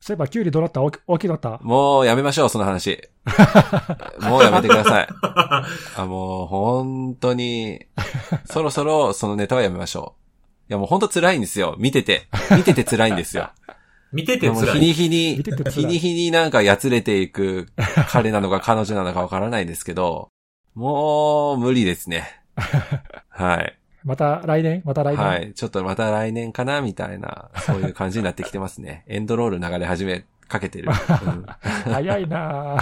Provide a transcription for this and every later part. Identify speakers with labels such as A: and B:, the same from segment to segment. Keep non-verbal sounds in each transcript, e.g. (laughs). A: そういえば、キュウリどうなった大き大きくなった
B: もうやめましょう、そ
A: (laughs)
B: の話。もうやめてください。あもう本当に、そろそろそのネタはやめましょう。いやもう本当辛いんですよ。見てて。見てて辛い
A: (laughs)
B: んですよ。
C: (laughs) 見てて
B: でも
C: 辛
B: 日
C: い。
B: に日に
A: 見てて、辛い
B: 日に日になんかやつれていく彼なのか彼女なのかわからないですけど、もう無理で
A: (laughs)
B: すね。はい。
A: また来年また来年、
B: はい。ちょっとまた来年かなみたいな、そういう感じになってきてますね。エンドロール流れ始めかけてる。
A: (laughs)
B: うん
A: 早いな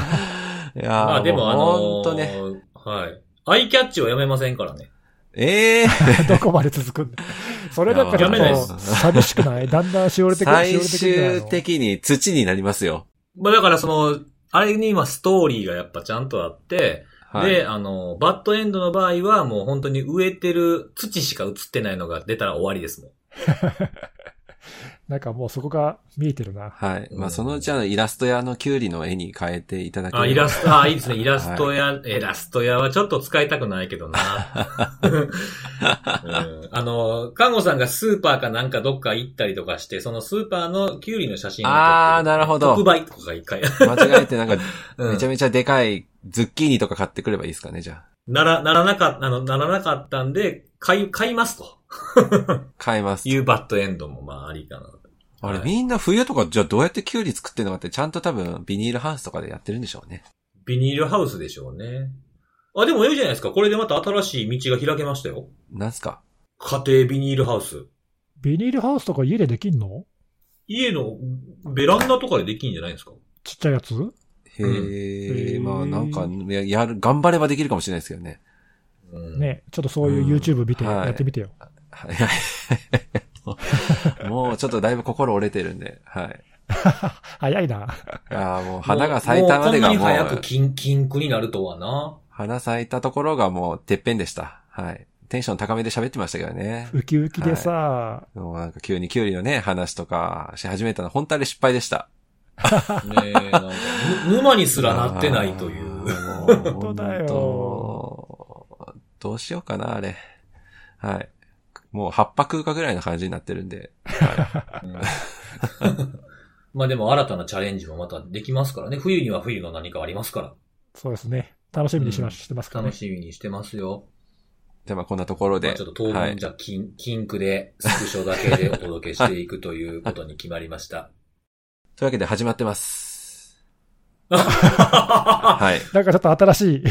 A: ぁ
B: いやー
C: まあでもあの
B: う
C: ー
B: ほんとね。
C: はい。アイキャッチをやめませんからね。
B: ええ
A: (laughs) どこまで続くんだ
C: (laughs)
A: それだったら
C: やめない
A: ち
C: で
A: ょっ
C: す
A: と寂しくないだんだんしおれてくる、しおれ
B: 最
A: てくるんじゃない
B: 終
A: の
B: 的に土になりますよ。
C: まあだからその、あれにはストーリーがやっぱちゃんとあって、
B: はい。
C: で、あの、バッドエンドの場合はもう本当に植えてる土しか映ってないのが出たら終わりですもん。
A: なんかもうそこが見えてるな。
B: はい。ま
C: う
B: あ、
C: ん
B: そのうちあの、イラスト屋のキュウリの絵に変えていただければ
C: あ、イラスト、あ、いいですね。イラストや、イラスト屋はちょっと使いたくないけ
B: (laughs)
C: どな。うんあの、看護さんがスーパーかなんかどっか行ったりとかして、そのスーパーのキュウリの写真を撮って
B: あーなるほど
C: 特売とかが一回。
B: 間違えてなんか、
C: うん
B: めちゃめちゃでかいズッキーニとか買ってくればいいですかね、じゃあ。
C: なら、ならなかった、あの、ならなかったんで、買い、買いますと。
B: 買います。
C: いうバッドエンドもまあありかな。
B: あれ、
C: はい
B: みんな冬とか、じゃあどうやってキュウリ作ってんのかって、ちゃんと多分、ビニールハウスとかでやってるんでしょうね。
C: ビニールハウスでしょうね。あ、でもいいじゃないですか。これでまた新しい道が開けましたよ。
B: なんすか
C: 家庭ビニールハウス。
A: ビニールハウスとか家でできんの
C: 家のベランダとかでできんじゃないですか
A: ちっちゃいやつ
B: へえ、
A: うん
B: まあなんか
A: へ、
B: ややる、頑張ればできるかもしれないですけどね。
C: うん
A: ね、ちょっとそういう YouTube 見て
B: うんはい
A: やってみてよ。 (laughs)
B: はい。もうちょっとだいぶ心折れてるんで、はい。
A: 早いな。
B: (laughs) ああ、もう花が咲いたまでが
C: もうこ
B: も
C: んなに早
B: う
C: く、金、金句になるとはな。
B: 花咲いたところがもうてっぺんでした。はい。テンション高めで喋ってましたけど
C: (laughs)
B: ね。
A: ウキウキでさ、
B: もうなんか急にキュウリのね、話とかし始めたの、本当あれ失敗でした。
C: ねえ、なんか、ぬ沼にすらなってないとい
B: あ
C: う。
B: ー。もう
A: (laughs) 本当だよ
B: 本当どうしようかな、あれ。はい。もう葉っぱ食うかぐらいの感じになってるんで。
C: まあでも新たなチャレンジもまたできますからね。冬には冬の何かありますか
A: そうですね。楽しみにしま
C: うん。
A: す、してますかららね
C: 楽。しみにしてますよ。
B: じゃあまあこんなところ
C: まあ
B: (laughs) で
C: ちょ。っと当
B: は
C: 分
B: い
C: じゃあ金、金句でスクショだけでお届けしていくということに決まりま
B: (laughs)
C: した。
B: というわけで始まってます。
C: は
B: はい。
A: なんかちょっと新しい。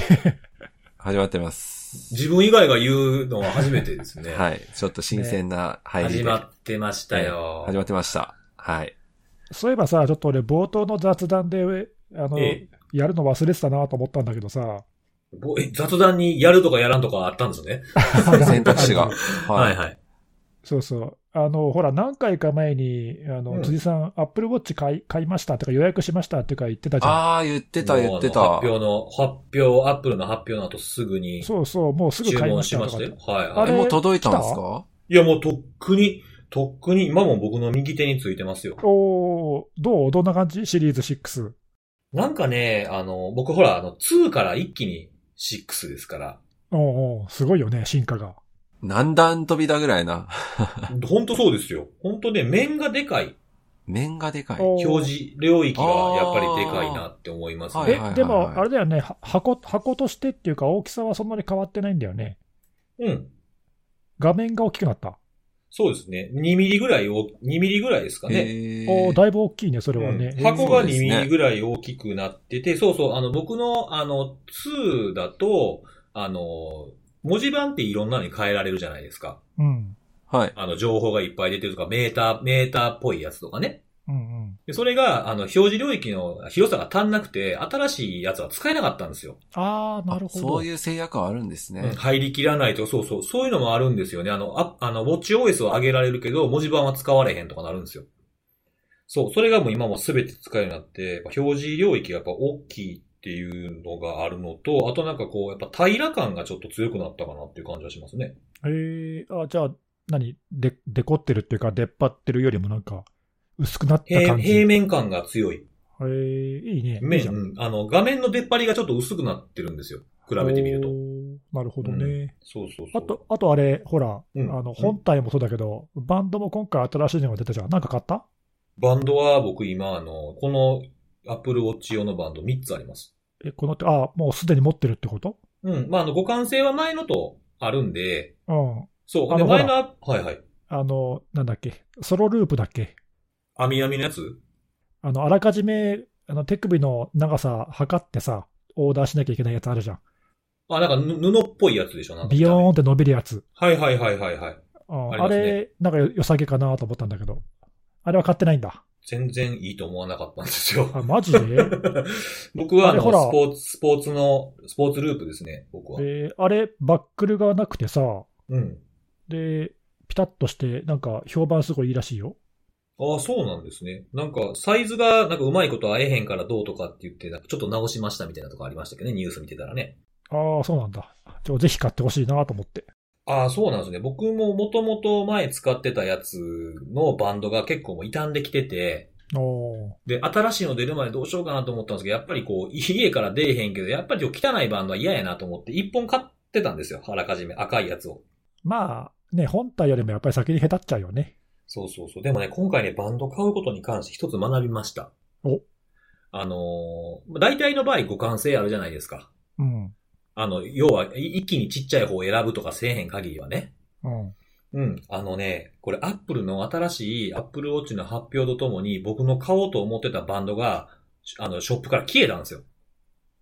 A: (laughs)
B: 始まってます。
C: 自分以外が言うのは初めてですね。
B: はい。ちょっと新鮮な入りで。
C: 始まってましたよ。
B: 始まってました。はい。
A: そういえばさ、ちょっと俺冒頭の雑談で、あの、
C: え
A: やるの忘れてたなと思ったんだけどさ、
C: ぼえ雑談にやるとかやらんとかあったんですね。
B: (laughs) 選択肢が。
C: は
B: はい
C: はい。
A: そうそう。あの、ほら、何回か前に、あの、
C: うん
A: 辻さん、アップルウォッチ買い、買いましたとか予約しましたってか言ってたじゃん。
B: ああ、言ってた、言って
C: もうあ
B: た
C: の発。表の、発表、アップルの発表の後すぐに
A: そうそう、もうすぐ
C: 注
A: 買いま
C: 文
A: し
C: した
A: と
C: ま
A: かっ
C: してたよ。はい
A: あ
B: あ
C: はい。
B: れ
A: れ
B: もう届いたんです
A: 来
B: か
C: いやもうとっくに、とっくに、今も僕の右手についてますよ。
A: おーどうどんな感じシリーズ6。
C: なんかね、あの、僕ほら、あの、2から一気に6ですから、
A: おうおうすごいよね、進化が。
B: 何段飛びだぐらいな。 (laughs)
C: ほんとそうですよ。ほんとね、面がでかい。
B: 面がでかい。
A: お
C: 表示領域がやっぱりでかいなって思います
B: あーはい
C: ね
B: は。い
A: え、でも、あれだよね、は箱、箱としてっていうか、大きさはそんなに変わってないんだよね。
C: うん。
A: 画面が大きくなった。
C: そうですね。2ミリぐらいを、2ミリぐらいですかね。
B: へー
A: おーだいぶ大きいね、それはね
C: う。ん
A: えー
C: 箱が
B: そうです
C: 2ミ
B: ね
C: リぐらい大きくなってて、そうそう、あの、僕の、あの、2だと、あの、文字盤っていろんなのに変えられるじゃないですか。
A: うん。
B: はい。
C: あの、情報がいっぱい出てるとか、メーター、メーターっぽいやつとかね。
A: うんうん。
C: で、それが、あの、表示領域の広さが足んなくて、新しいやつは使えなかったんですよ。
A: あー、なるほど。
B: あそういう制約はあるんです
C: うん
B: ね。
C: 入りきらないとか、そうそう、そういうのもあるんですよね。あの、ああの、ウォッチ OS は上げられるけど、文字盤は使われへんとかなるんですよ。そう、それがもう今もすべて使えるようになって、やっぱ表示領域がやっぱ大きいっていうのがあるのと、あとなんかこう、やっぱ平ら感がちょっと強くなったかなっていう感じはしますね。
A: えー、あ、じゃあ、何で、デコってるっていうか、出っ張ってるよりもなんか、薄くなった
C: 平
A: 感じ。
C: 平
A: え
C: 面感が強い。
A: ー、いいね。いい
C: 面、
A: じゃん。
C: うんあの、画面の出っ張りがちょっと薄くなってるんですよ。比べてみると
A: お。ーなるほどね。
C: そうそうそう。
A: あと、あとあれ、ほら、
C: うん
A: あ
C: う
A: の、
C: ん
A: 本体もそうだけど、バンドも今回新しいのが出たじゃん。なんか買った
C: バンドは僕今、あの、この Apple Watch 用のバンド3つあります。
A: え、このって、あもうすでに持ってるってこと
C: うん。まあ、あの、互換性は前のとあるんで、
A: うん。
C: そう。
A: あ
C: で、
A: の
C: 前のア、はいはい。
A: あの、なんだっけ、ソロループだっけ。
C: アミアミのやつ
A: あの、あらかじめ、あの、手首の長さ測ってさ、オーダーしなきゃいけないやつあるじゃん。
C: あ、なんかぬ布っぽいやつでしょなんか
A: ビヨーンって伸びるやつ。
C: はいはいはいはいはい。
A: うん
C: あり
A: あ
C: ますね
A: れ、なんかよ良さげかなと思ったんだけど。あれは買ってないんだ。
C: 全然いいと思わなかったんです
A: (laughs)
C: よ。
A: あ、マジで
C: (laughs) 僕は
A: あ
C: あの、
A: れほら
C: スポーツ、スポーツの、スポーツループですね、僕は。
A: えーあれ、バックルがなくてさ、
C: うん。
A: で、ピタッとして、なんか評判すごいいいらしいよ。
C: ああ、そうなんですね。なんか、サイズが、なんかうまいこと合えへんからどうとかって言って、なんかちょっと直しましたみたいなとこありましたけどね、ニュース見てたらね。
A: ああ、そうなんだ。ちょぜひ買ってほしいなと思って。
C: ああ、そうなんですね。僕ももともと前使ってたやつのバンドが結構もう傷んできてて、
A: おー
C: で、新しいの出る前どうしようかなと思ったんですけど、やっぱりこう、家から出えへんけど、やっぱりこう汚いバンドは嫌やなと思って、一本買ってたんですよ。あらかじめ赤いやつを。
A: まあ、ね、本体よりもやっぱり先に下手っちゃうよね。
C: そうそうそう。でもね、今回ね、バンド買うことに関して一つ学びました。
A: お
C: あのー大体の場合互換性あるじゃないですか。
A: うん。
C: あの、要は、い一気にちっちゃい方を選ぶとかせえへん限りはね。
A: うん。
C: うん。あのね、これ Apple の新しい Apple Watch の発表とともに、僕の買おうと思ってたバンドが、あの、ショップから消えたんですよ。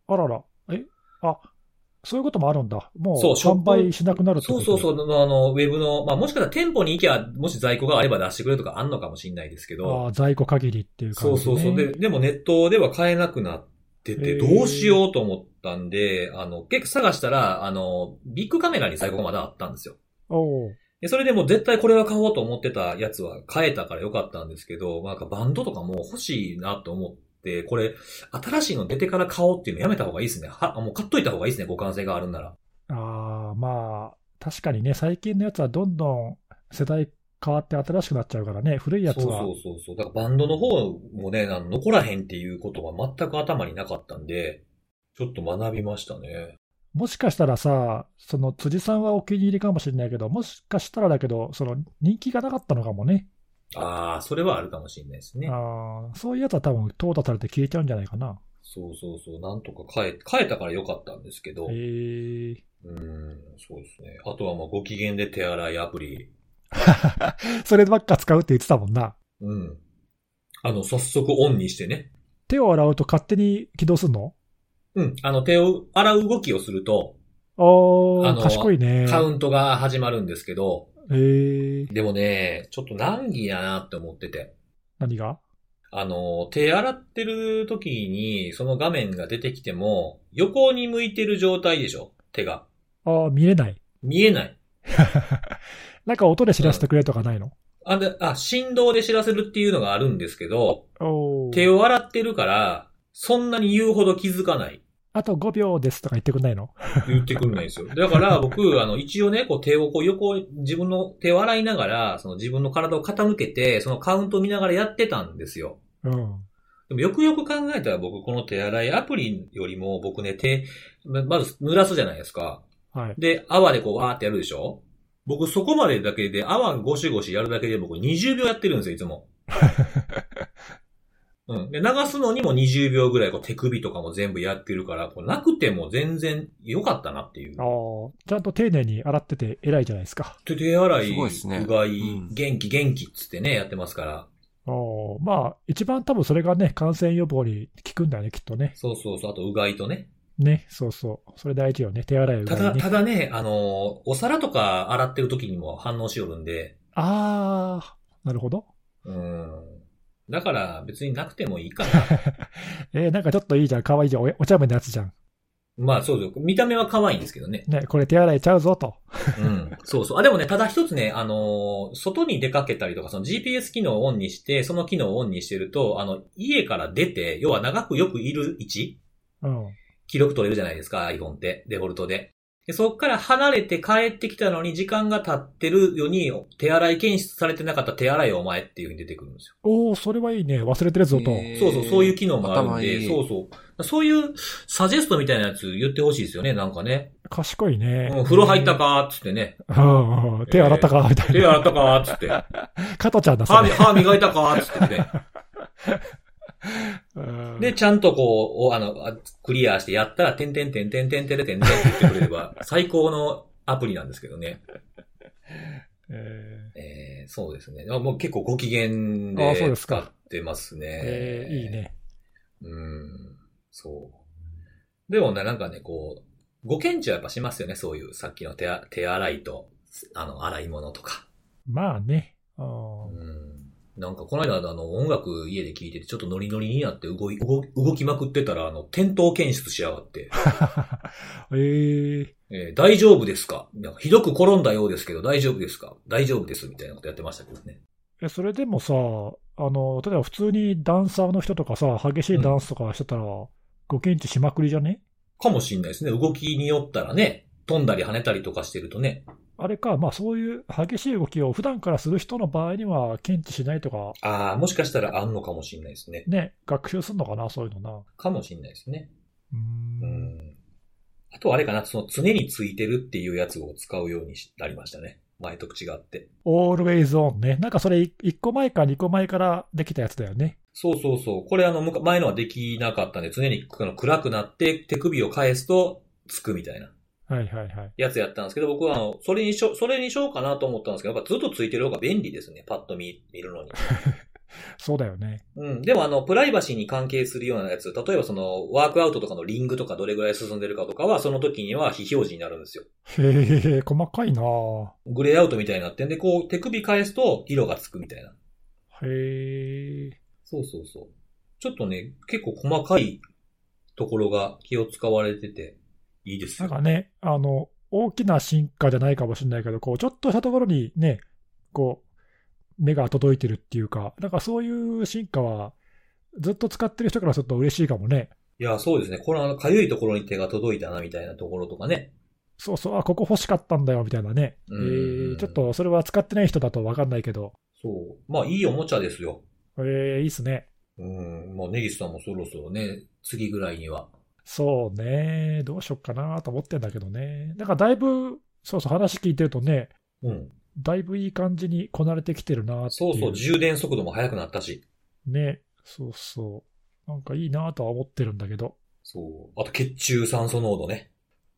A: あらら。えあ、そういうこともあるんだ。もう、
C: そうショッ
A: 販
C: プ
A: 売しなくなるって
C: そ
A: こ
C: う
A: と
C: そうそう、あの、ウェブの、まあ、もしかしたら店舗に行きゃ、もし在庫があれば出してくれるとかあんのかもしれないですけ
A: あ
C: ど、
A: あ、在庫限りっていう
C: そ
A: 感
C: う
A: じ、
C: そ
A: ね。
C: うそう。で、でもネットでは買えなくなってて、
A: へー
C: どうしようと思ったんで、あの、結構探したら、あの、ビッグカメラに在庫がまだあったんですよ。
A: おう
C: で、それでもう絶対これは買おうと思ってたやつは買えたからよかったんですけど、まあなんかバンドとかもう欲しいなと思って、これ、新しいの出てから買おうっていうのやめた方がいいですね。は、もう買っといた方がいいですね、互換性があるんなら。
A: ああ、まあ、確かにね、最近のやつはどんどん世代変わって新しくなっちゃうからね、古いやつは。
C: そうそうそうそう。だからバンドの方もね、あの残らへんっていうことは全く頭になかったんで、ちょっと学びましたね。
A: もしかしたらさ、その辻さんはお気に入りかもしれないけど、もしかしたらだけど、その人気がなかったのかもね。
C: ああ、それはあるかもしれないですね。
A: あーそういうやつは多分、淘汰されて消えちゃうんじゃないかな。
C: そうそうそう。なんとか変え、変えたからよかったんですけど。
A: え
C: う
A: ー、
C: ーん、そうですね。あとはもうご機嫌で手洗いアプリ。
A: そればっか使うって言ってたもんな。
C: うん。あの、早速オンにしてね。
A: 手を洗うと勝手に起動するの
C: うん。あの、手を洗う動きをすると、
A: お
C: あ
A: ー、
C: の
A: 賢いね。
C: カウントが始まるんですけど、
A: えー、
C: でもね、ちょっと難儀やなって思ってて。
A: 何が
C: あの、手洗ってる時に、その画面が出てきても、横に向いてる状態でしょ手が。
A: あー見れない。
C: 見えない。
A: なんか音で知らせてくれとかないの、
C: あ、で、あ、振動で知らせるっていうのがあるんですけど、
A: おー
C: 手を洗ってるから、そんなに言うほど気づかない。
A: あと5秒ですとか言ってくんないの
C: 言ってくんないんですよ。だから僕、あの、一応ね、こう手をこう横、自分の手を洗いながら、その自分の体を傾けて、そのカウントを見ながらやってたんですよ。
A: うん。
C: でもよくよく考えたら僕、この手洗いアプリよりも僕ね、手、ままず濡らすじゃないですか。
A: はい。
C: で、泡でこうわーってやるでしょ僕そこまでだけで、泡ゴシゴシやるだけで僕20秒やってるんですよ、いつも。うん。で、流すのにも20秒ぐらいこう手首とかも全部やってるから、こうなくても全然良かったなっていう
A: あ。ーちゃんと丁寧に洗ってて偉いじゃないですか。
C: 手手洗い、
B: すごいっすね
C: うがい、
B: うん
C: 元気元気っつってね、やってますから。
A: おーまあ、一番多分それがね、感染予防に効くんだよね、きっとね。
C: そうそうそう、あとうがいとね。
A: ね、そうそう。それ大事よね。手洗い、うが
C: た
A: い
C: だ、
A: ね。
C: ただね、あの、お皿とか洗ってる時にも反応しよるんで、
A: あー、なるほど。
C: うん。だから別になくてもいいかな。
B: (laughs)
A: えーなんかちょっといいじゃん。かわいいじゃん。おお茶目なやつじゃん。
C: まあそうですよ。見た目は可愛いんですけどね。
A: ね、これ手洗いちゃうぞと。
C: うん。そうそう。あ、でもね、ただ一つね、あのー外に出かけたりとか、その GPS 機能をオンにして、その機能をオンにしてると、あの、家から出て、要は長くよくいる位置、
A: うん。
C: 記録取れるじゃないですか、iPhone って、デフォルトで。でそこから離れて帰ってきたのに、時間が経ってるように、手洗い検出されてなかった手洗いお前っていう風に出てくるんですよ
A: おー、それはいいね。忘れてるぞと。
B: えー
C: そうそう、そういう機能もあるん
B: 頭
C: で、
B: いい
C: そうそう。そういうサジェストみたいなやつ言ってほしいですよね、なんかね。
A: 賢いね。
C: うん、風呂入ったかーっつってね。
A: うんうん手洗ったかみたい
C: 手
A: な。
C: 洗ったかーっつって。
A: (laughs) 加トちゃんだ、そ
C: 歯み
A: れ。
C: 歯磨いたかーっつってね。
A: うん
C: で、ちゃんとこう、おあの、あクリアしてやったら、てんてんてんてんてんてんてんてんって言ってくれれ
A: (laughs)
C: ば、最高のアプリなんですけどね。
A: え
C: えー、そうですね。あもう結構ご機嫌
A: あ
C: で
A: そうです
C: 使
A: か
C: ってますね。
A: ーえーいいね。
C: うん、そう。でもね、なんかね、こう、ご検知はやっぱしますよね、そういう、さっきの手あ手洗いと、あの、洗い物とか。
A: まあね。う
C: うんん。なんかこの間、あの、音楽家で聴いてて、ちょっとノリノリになって動い、動動きまくってたら、あの、転倒検出しやがって、
A: (laughs) えー
C: えー大丈夫ですかなんかひどく転んだようですけど、大丈夫ですか大丈夫です、みたいなことやってましたけどね。
A: え、それでもさ、あの、例えば普通にダンサーの人とかさ、激しいダンスとかしてたら、ご検知しまくりじゃね
C: かもしんないですね。動きによったらね、飛んだり跳ねたりとかしてるとね。
A: あれか、まあそういう激しい動きを普段からする人の場合には検知しないとか、
C: ああ、もしかしたらあんのかもしんないですね。
A: ね、学習するのかな、そういうのな。
C: かもしんないですね。
A: うー。
C: うんんあとあれかな、その常についてるっていうやつを使うようになりましたね。前と違って。
A: always on ね。なんかそれ1個前か2個前からできたやつだよね。
C: そうそうそう。これあの、むか前のはできなかったんで、常にあの暗くなって手首を返すとつくみたいな
A: はいはいはい。
C: やつやったんですけど、僕はあの、それにしよう、それにしようかなと思ったんですけど、やっぱずっとついてる方が便利ですね。パッと見、見るのに。
A: そうだよね。
C: うん。でもあの、プライバシーに関係するようなやつ、例えばその、ワークアウトとかのリングとかどれぐらい進んでるかとかは、その時には非表示になるんですよ。
A: へえ、細かいなあ
C: グレーアウトみたいになってんで、こう、手首返すと色がつくみたいな。
A: へえ。
C: そうそうそう。ちょっとね、結構細かいところが気を使われてて、いいです
A: なん
C: よ。
A: かね、あの、大きな進化じゃないかもしれないけど、こう、ちょっとしたところにね、こう、目が届いてるっていうか、なんかそういう進化は、ずっと使ってる人からすると嬉しいかもね。
C: いや、そうですね。これあの、かゆいところに手が届いたな、みたいなところとかね。
A: そうそう、あ、ここ欲しかったんだよ、みたいなね。え
C: うん
A: ーちょっと、それは使ってない人だと分かんないけど、
C: そう。まあ、いいおもちゃですよ。
A: えーいいっすね。
C: うん。まあ、ネギスさんもそろそろね、次ぐらいには。
A: そうね、どうしよっかなと思ってんだけどね。なんかだいぶ、そうそう、話聞いてるとね、
C: うん。
A: だいぶいい感じにこなれてきてるなってい
C: そうそう、充電速度も速くなったし。
A: ね、そうそう。なんかいいなとは思ってるんだけど。
C: そう。あと、血中酸素濃度ね。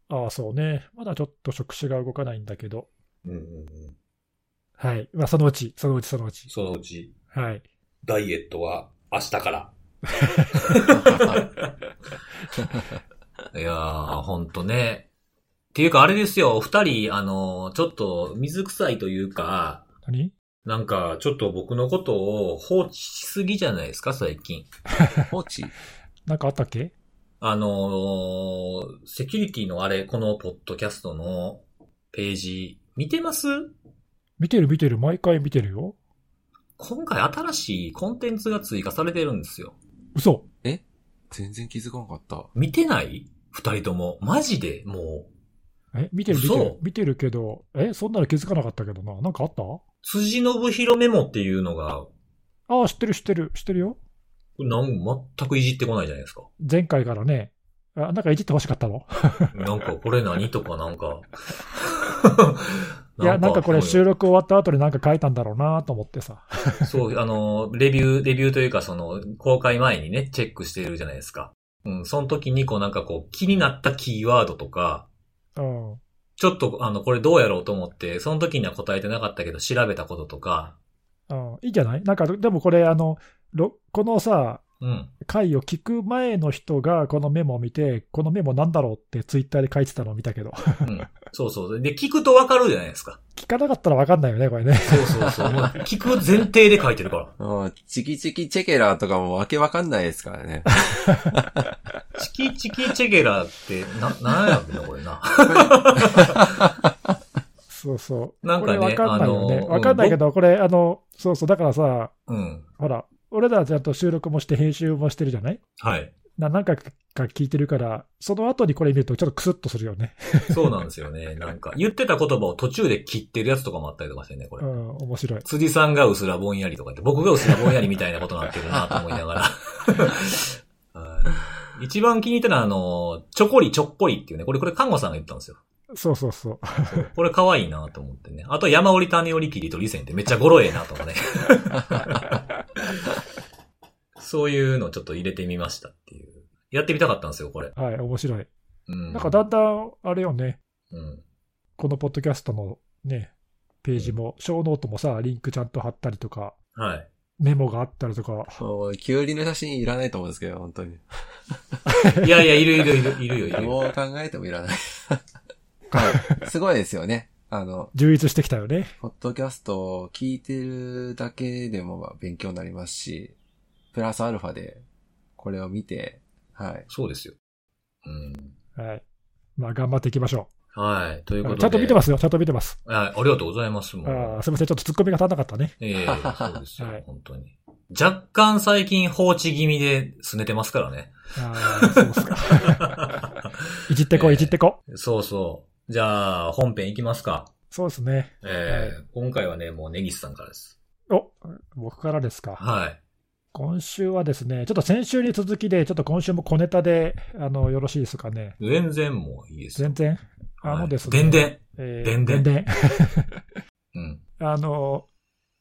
A: ああ、そうね。まだちょっと触手が動かないんだけど。
C: うんうんうん。
A: はい。まあ、そのうち、そのうち、そのうち。
C: そのうち、
A: はい。
C: ダイエットは明日から。いやー、ほんとね。っていうか、あれですよ、お二人、あの、ちょっと、水臭いというか、
A: 何
C: なんか、ちょっと僕のことを放置しすぎじゃないですか、最近。
B: 放置
A: なんかあったっけ
C: あのーセキュリティのあれ、このポッドキャストのページ、見てます
A: 見てる見てる。毎回見てるよ。
C: 今回新しいコンテンツが追加されてるんですよ。
A: 嘘。
B: 全然気づかなかった。
C: 見てない二人とも。マジで、もう、
A: え、見てる見てる
C: 嘘。
A: 見てるけど、え、そんなの気づかなかったけどな。なんかあった
C: 辻信弘メモっていうのが、
A: ああ、知ってる知ってる。知ってるよ。
C: なん全くいじってこないじゃないですか。
A: 前回からね。あ、なんかいじってほしかったの
C: なんか、これ何とかなんか。
A: (laughs) いや、なんかこれ収録終わった後になんか書いたんだろうなと思ってさ。
C: そう、あの、レビュー、レビューというか、その、公開前にね、チェックしてるじゃないですか。うん、その時に、こうなんかこう、気になったキーワードとか、
A: うん。
C: ちょっと、あの、これどうやろうと思って、その時には答えてなかったけど、調べたこととか、
A: うん。いいんじゃないなんか、でもこれ、あの、ろこのさ、
C: うん。
A: 回を聞く前の人がこのメモを見て、このメモなんだろうってツイッターで書いてたのを見たけど、 (laughs)
C: うん。そうそう。で、聞くとわかるじゃないですか。
A: 聞かなかったら分かんないよね、これね。
C: そうそうそう。もう聞く前提で書いてるから。
B: もう、チキチキチェケラーとかもわけわかんないですから
C: (laughs)
B: ね。
C: チキチキチェゲラって、な、なんやろな、これな。
A: そうそう。
C: なんかね
A: これ分かんないよ
C: あ
A: ね。
C: の
A: 分かんないけど、これ、あの、そうそう、だからさ、
C: うん。
A: ほら、俺らはちゃんと収録もして編集もしてるじゃない
C: はい。
A: な何回か聞いてるから、その後にこれ見るとちょっとクスッとするよね。
C: そうなんですよね。なんか、言ってた言葉を途中で切ってるやつとかもあったりとかしてね、こ
A: う
C: れ。
A: ん、面白い。
C: 辻さんがうすらぼん
A: (laughs)
C: やりとか言って、僕がうすらぼんやりみたいなことになってるなと思いながら。はい一番気に入ったのは、あの、ちょこりちょっこりっていうね、これ、これ、看護さんが言ったんですよ。
A: そうそうそう。
C: これ可愛いなと思ってね。あと、山折り谷折り切りとリセンってめっちゃゴロええな
A: (laughs)
C: とかね。そういうのをちょっと入れてみましたっていう。やってみたかったんですよ、これ。
A: はい、面白い。
C: うん。
A: なんかだんだん、あれよね、
C: うん。
A: このポッドキャストのね、ページも、ショーノートもさ、リンクちゃんと貼ったりとか、
C: はい。
A: メモがあったりとか、
B: もう、キュウリの写真いらないと思うんですけど、本当に。
C: いやいや、いるいるいる、いるよ、
A: (laughs)
C: いるよ。
B: どう考えてもいら
C: (laughs)
B: ない。はい。すごいですよね。あの、
A: 充実してきたよね。
B: ポッドキャストを聞いてるだけでもまあ勉強になりますし、プラスアルファでこれを見て、はい。
C: そうですよ。うん。
A: はい。まあ、頑張っていきましょ
C: はい。という
A: う。
C: ことで。。
A: ちゃんと見てますすよ、ちゃんと見てます。
C: はい。ありがとうございます。もう
A: ああすみません、ちょっとツッコミが足んなかったね。
C: え
A: (laughs)
C: えそうですよ、
A: はい
C: 本当に。若干最近放置気味で拗ねてますからね。
A: ああ、そうっすか。
C: (laughs)
A: いじってこ
C: え
A: う、
C: え
A: いじってこう。
C: そうそう。じゃあ、本編いきますか。
A: そうですね。
C: ええ今回はね、もう根岸さんからです。
A: お、僕からですか。
C: はい。
A: 今週はですね、ちょっと先週に続きで、ちょっと今週も小ネタで、あの、よろしいですかね。
C: 全然もういいですよ。
A: 全然、あのですね。
C: はいでんでん。
A: えー
C: でんでん
A: でんでん
C: うん。
A: あの、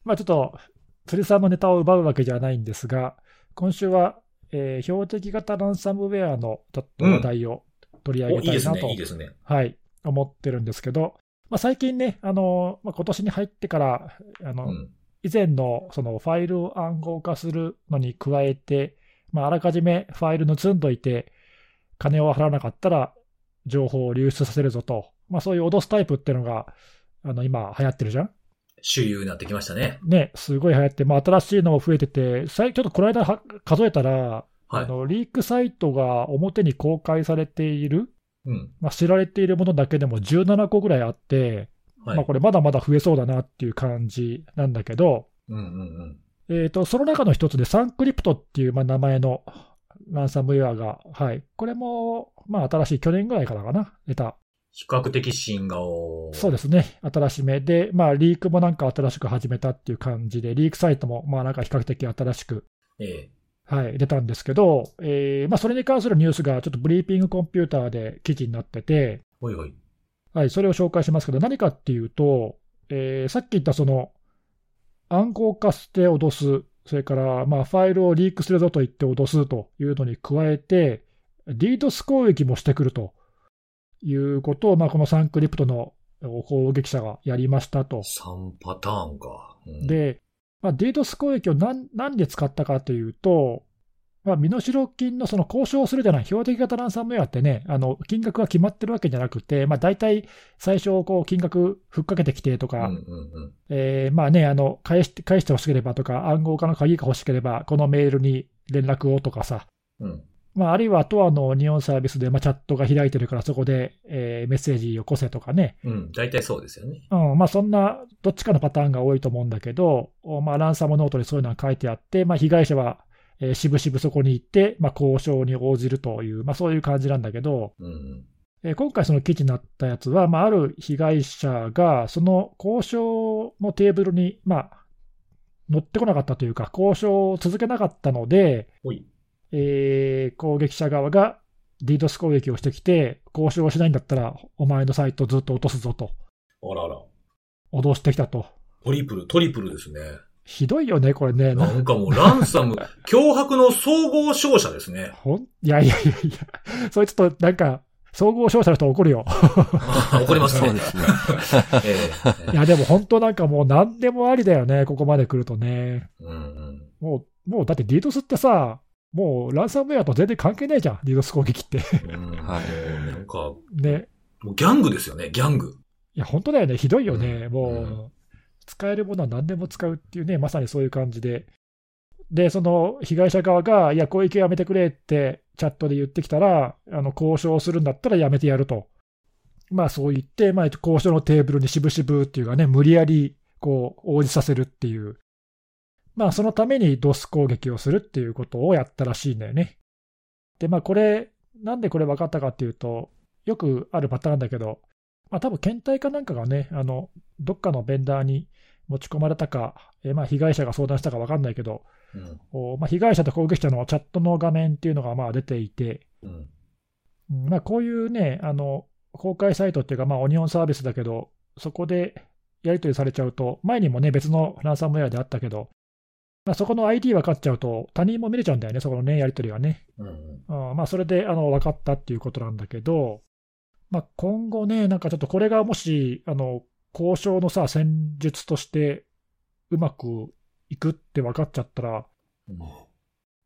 A: まあちょっと、釣りさんのネタを奪うわけじゃないんですが、今週は、えー標的型ランサムウェアのちょっと話題を取り上
C: お、
A: げ
C: いい
A: た
C: で
A: い
C: す
A: な
C: ね、
A: と
C: いいですね。
A: はい、思ってるんですけど、まあ、最近ね、あのまあ、今年に入ってから、あの
C: うん。
A: 以前のそのファイルを暗号化するのに加えて、まあ、あらかじめファイル盗んどいて、金を払わなかったら情報を流出させるぞと、まあ、そういう脅すタイプっていうのが、あの今、流行ってるじゃん。
C: 主流になってきましたね。
A: ね、すごい流行って、まあ、新しいのも増えてて、最ちょっとこの間は数えたら、
C: はい
A: あの、リークサイトが表に公開されている、
C: うん。
A: まあ、知られているものだけでも17個ぐらいあって、
C: はい。
A: まあ、これ、まだまだ増えそうだなっていう感じなんだけど、
C: うんうんうん。
A: えー、とその中の一つで、サンクリプトっていう、まあ、名前のランサムウェアが、はい、これも、まあ、新しい去年ぐらいからかな、出た、
C: 比較的新顔。
A: そうですね、新しめで、まあ、リークもなんか新しく始めたっていう感じで、リークサイトも、まあ、なんか比較的新しく、
C: ええ
A: はい、出たんですけど、えーまあ、それに関するニュースが、ちょっとブリーピングコンピューターで記事になってて、
C: ほいほい。
A: はい、それを紹介しますけど、何かっていうと、えーさっき言ったその暗号化して脅す、それからまあファイルをリークするぞと言って脅すというのに加えて、DDoS 攻撃もしてくるということを、まあ、このサンクリプトの攻撃者がやりましたと。
C: 3パターンか。うん、
A: で、まあ、DDoS 攻撃を何何で使ったかというと、まあ、身代金のその交渉をするじゃない、標的型ランサムウェアってね、あの金額が決まってるわけじゃなくて、まあ、大体最初、こう金額ふっかけてきてと
C: う
A: か、
C: んうんうん。
A: えーまあね、あの返して返してほしければとか、暗号化の鍵が欲しければ、このメールに連絡をとかさ、
C: うん。
A: まあ、あるいはあとはあの日本サービスで、まあ、チャットが開いてるから、そこで、えーメッセージよこせとかね、
C: うん。大体そうですよね。
A: うん、まあそんな、どっちかのパターンが多いと思うんだけど、おまあランサムノートにそういうのが書いてあって、まあ被害者は、えー、しぶしぶそこに行って、まあ交渉に応じるという、まあそういう感じなんだけど、
C: うんうん。
A: えー今回その記事になったやつは、まあある被害者が、その交渉のテーブルに、まあ、乗ってこなかったというか、交渉を続けなかったので、
C: ほい。
A: えー攻撃者側が DDoS 攻撃をしてきて、交渉をしないんだったら、お前のサイトずっと落とすぞと、
C: あらあら。
A: 脅してきたと。
C: トリプル、トリプルですね。
A: ひどいよね、これね。
C: なんかもうランサム、脅迫の総合商社です
A: (laughs)
C: ね。
A: ほんいやいやいやいや、それちょっとなんか、総合商社の人怒るよ。
C: 怒ります
B: そう
C: ね
B: で。す
C: (laughs)
B: ね。
C: ええ
A: いや、でも本当なんかもう何でもありだよね、ここまで来るとね。
C: うんうん
A: もう、もうだって DDoS ってさ、もうランサムウェアと全然関係ないじゃん、DDoS 攻撃って。
C: うん
B: はい
C: なんか、も
A: ね。
C: うギャングですよね、ギャング。
A: いや、本当だよね、ひどいよね、もう、
C: うん
A: 使えるものは何でも使うっていうね、まさにそういう感じで。で、その被害者側が、いや、攻撃やめてくれってチャットで言ってきたら、あの交渉するんだったらやめてやると。まあそう言って、まあ、交渉のテーブルに渋々っていうかね、無理やりこう応じさせるっていう。まあそのためにドス攻撃をするっていうことをやったらしいんだよね。で、まあこれ、なんでこれ分かったかっていうと、よくあるパターンだけど、まあ多分検体かなんかがね、あのどっかのベンダーに持ち込まれたか、えーまあ被害者が相談したか分かんないけど、
C: うん
A: おまあ、被害者と攻撃者のチャットの画面っていうのがまあ出ていて、
C: うん。
A: うんまあ、こういうね、あの公開サイトっていうか、まあ、オニオンサービスだけど、そこでやり取りされちゃうと、前にもね、別のランサムウェアであったけど、まあ、そこの ID 分かっちゃうと、他人も見れちゃうんだよね、そこのね、やり取りはね。
C: うんうん。
A: うんまあ、それであの分かったっていうことなんだけど、まあ、今後ね、なんかちょっとこれがもし、あの交渉のさ、戦術としてうまくいくって分かっちゃったら、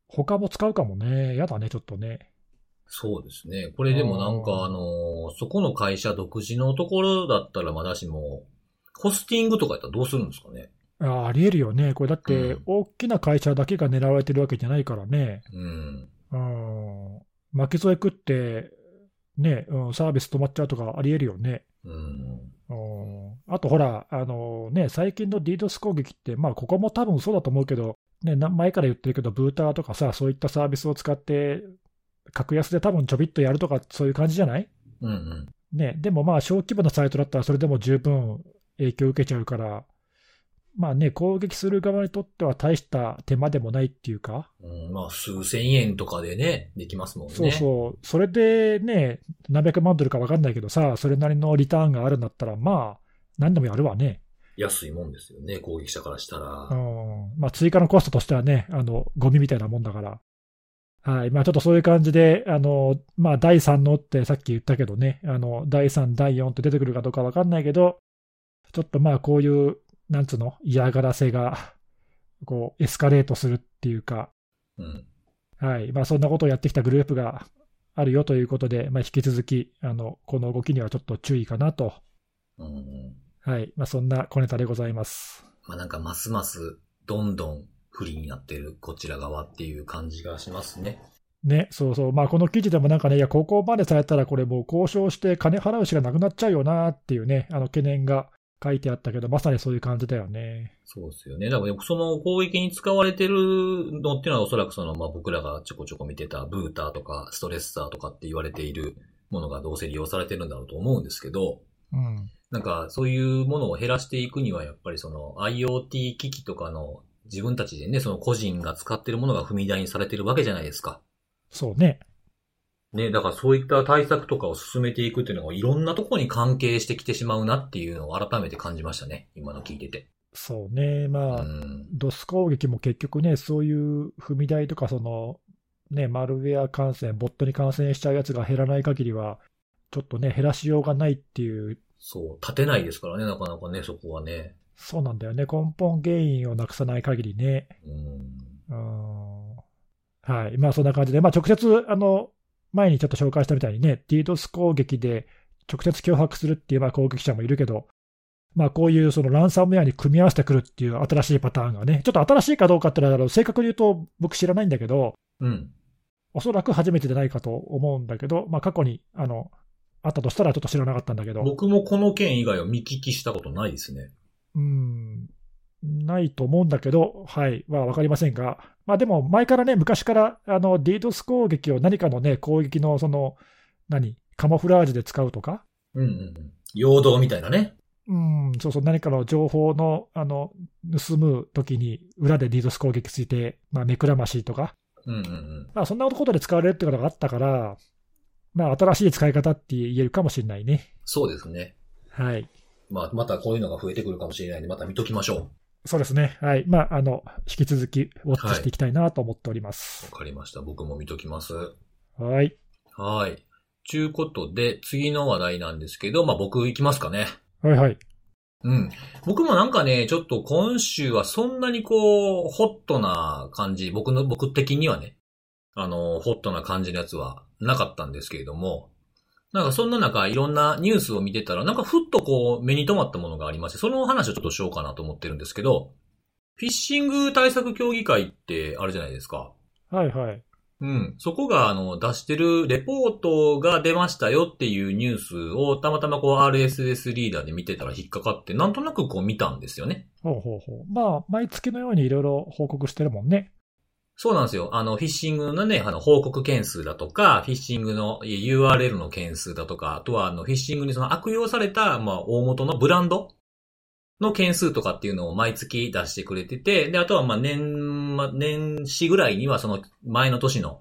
A: 他も使うかもね、やだね、ちょっとね。
C: そうですね。これでもなんかあのーそこの会社独自のところだったらまだしも、ホスティングとかやったらどうするんですかね。
A: あーありえるよね、これだっ
C: う
A: て
C: ん、
A: 大きな会社だけが狙われてるわけじゃないからね、
C: うん。
A: うん、負け添え食って、ねうん、サービス止まっちゃうとかありえるよね。
C: うん。
A: うんあとほら、あのね、最近の DDoS 攻撃って、まあ、ここも多分そうだと思うけど、ね、な前から言ってるけど、ブーターとかさ、そういったサービスを使って、格安で多分ちょびっとやるとか、そういう感じじゃない
C: うんうん。
A: ね、でもまあ、小規模なサイトだったら、それでも十分影響を受けちゃうから、まあね、攻撃する側にとっては大した手間でもないっていうか、
C: うん、まあ、数千円とかでね、できますもんね。
A: そうそう、それでね、何百万ドルか分かんないけどさ、それなりのリターンがあるんだったら、まあ、何でもやるわね。
C: 安いもんですよね、攻撃者からしたら。
A: うんまあ、追加のコストとしてはね、あのゴミみたいなもんだから、はいまあ、ちょっとそういう感じで、あのまあ、第3のってさっき言ったけどね、あの第3、第4って出てくるかどうか分かんないけど、ちょっとまあこういう、なんつうの、嫌がらせがこうエスカレートするっていうか、
C: うん。
A: はいまあ、そんなことをやってきたグループがあるよということで、まあ、引き続きあの、この動きにはちょっと注意かなと、
C: うんうん。
A: はいまあ、そんな小ネタでございます。
C: まあなんかますますどんどん不利になってるこちら側っていう感じがしますね。
A: ね、そうそう、まあ、この記事でもなんかね、いや、ここまでされたら、これもう交渉して金払うしかなくなっちゃうよなっていうね、あの懸念が書いてあったけど、まさにそういう感じだよね。
C: そうですよね。だからその攻撃に使われてるのっていうのはおそらくその、まあ僕らがちょこちょこ見てたブーターとかストレッサーとかって言われているものがどうせ利用されてるんだろうと思うんですけど、
A: うん、
C: なんかそういうものを減らしていくにはやっぱりその IoT 機器とかの自分たちでね、その個人が使ってるものが踏み台にされてるわけじゃないですか。
A: そうね、
C: ね、だからそういった対策とかを進めていくっていうのがいろんなところに関係してきてしまうなっていうのを改めて感じましたね。今の聞いてて。
A: そうね、
C: う
A: まあ、
C: ん。
A: ドス攻撃も結局ね、そういう踏み台とか、その、ね、マルウェア感染、ボットに感染しちゃうやつが減らない限りは、ちょっとね、減らしようがないっていう、
C: そう、立てないですからね、なかなかね、そこはね。
A: そうなんだよね、根本原因をなくさない限りね。
C: うん。
A: うーんはい。まあそんな感じで、まあ直接、あの、前にちょっと紹介したみたいにね、DDoS 攻撃で直接脅迫するっていうまあ攻撃者もいるけど、まあこういうそのランサムウェアに組み合わせてくるっていう新しいパターンがね、ちょっと新しいかどうかってのはあの正確に言うと僕知らないんだけど、
C: うん。
A: おそらく初めてじゃないかと思うんだけど、まあ過去にあの、あったとしたらちょっと知らなかったんだけど、
C: 僕もこの件以外は見聞きしたことないですね。
A: うん、ないと思うんだけど、はい、まあ、分かりませんが、まあ、でも前からね、昔からあの DDoS 攻撃を何かのね、攻撃のその、何、カモフラージュで使うとか、
C: うんうんうん。陽動みたいなね。
A: うん、そうそう、何かの情報のあの盗むときに、裏で DDoS 攻撃ついて、まあ、目くらましいとか、
C: うんうんうん。
A: まあ、そんなことで使われるってことがあったから、まあ、新しい使い方って言えるかもしれないね。
C: そうですね。
A: はい。
C: まあ、またこういうのが増えてくるかもしれないんで、また見ときましょ
A: そうですね。はい。まあ、あの、引き続き、ウォッチしていきたいなと思っておりま
C: う。
A: す
C: わ。かりました。僕も見ときます。
A: はい
C: はい。ちゅうことで、次の話題なんですけど、まあ僕行きますかね。
A: はいはい。
C: うん。僕もなんかね、ちょっと今週はそんなにこう、ホットな感じ、僕の、僕的にはね、あの、ホットな感じのやつはなかったんですけれども、なんかそんな中、いろんなニュースを見てたら、なんかふっとこう、目に留まったものがありまして、その話をちょっとしようかなと思ってるんですけど、フィッシング対策協議会ってあるじゃないですか。
A: はいはい。
C: うん。そこが、あの、出してるレポートが出ましたよっていうニュースを、たまたまこう RSS リーダーで見てたら引っかかって、なんとなくこう見たんですよね。
A: ほうほうほう。まあ、毎月のようにいろいろ報告してるもんね。
C: そうなんですよ。あの、フィッシングのね、あの、報告件数だとか、フィッシングのいや URL の件数だとか、あとは、あの、フィッシングにその悪用された、まあ、大元のブランドの件数とかっていうのを毎月出してくれてて、で、あとは、まあ、年、まあ、年始ぐらいには、その、前の年の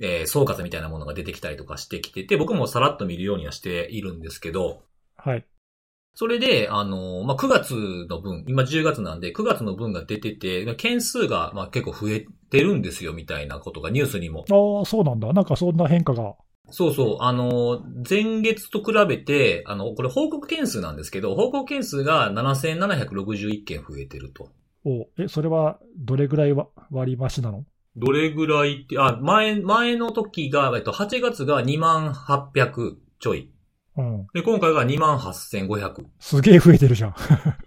C: えー総括みたいなものが出てきたりとかしてきてて、僕もさらっと見るようにはしているんですけど、
A: はい。
C: それで、あの、まあ、9月の分、今10月なんで、9月の分が出てて、件数が、まあ、結構増えてるんですよ、みたいなことがニュースにも
A: ああ、そうなんだ。なんかそんな変化が。
C: そうそう。あの、前月と比べて、あの、これ報告件数なんですけど、報告件数が7761件増えてると。
A: おえ、それはどれぐらいわ割増しなの
C: どれぐらいって、あ、前、前の時が、えっと、8月が2800ちょい。
A: うん。
C: で、今回が28500。
A: すげえ増えてるじゃん。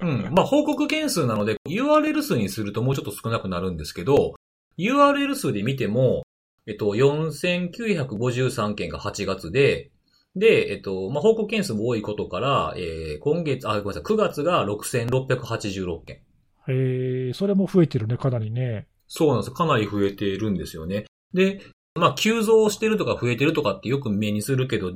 C: うん。まあ、報告件数なので、URL 数にするともうちょっと少なくなるんですけど、URL 数で見ても、えっと、4953件が8月で、で、えっと、まあ、報告件数も多いことから、えー今月、あ、ごめんなさい、9月が6686件。
A: えー、それも増えてるね、かなりね。
C: そうなんです。かなり増えてるんですよね。で、まあ、急増してるとか増えてるとかってよく目にするけど、比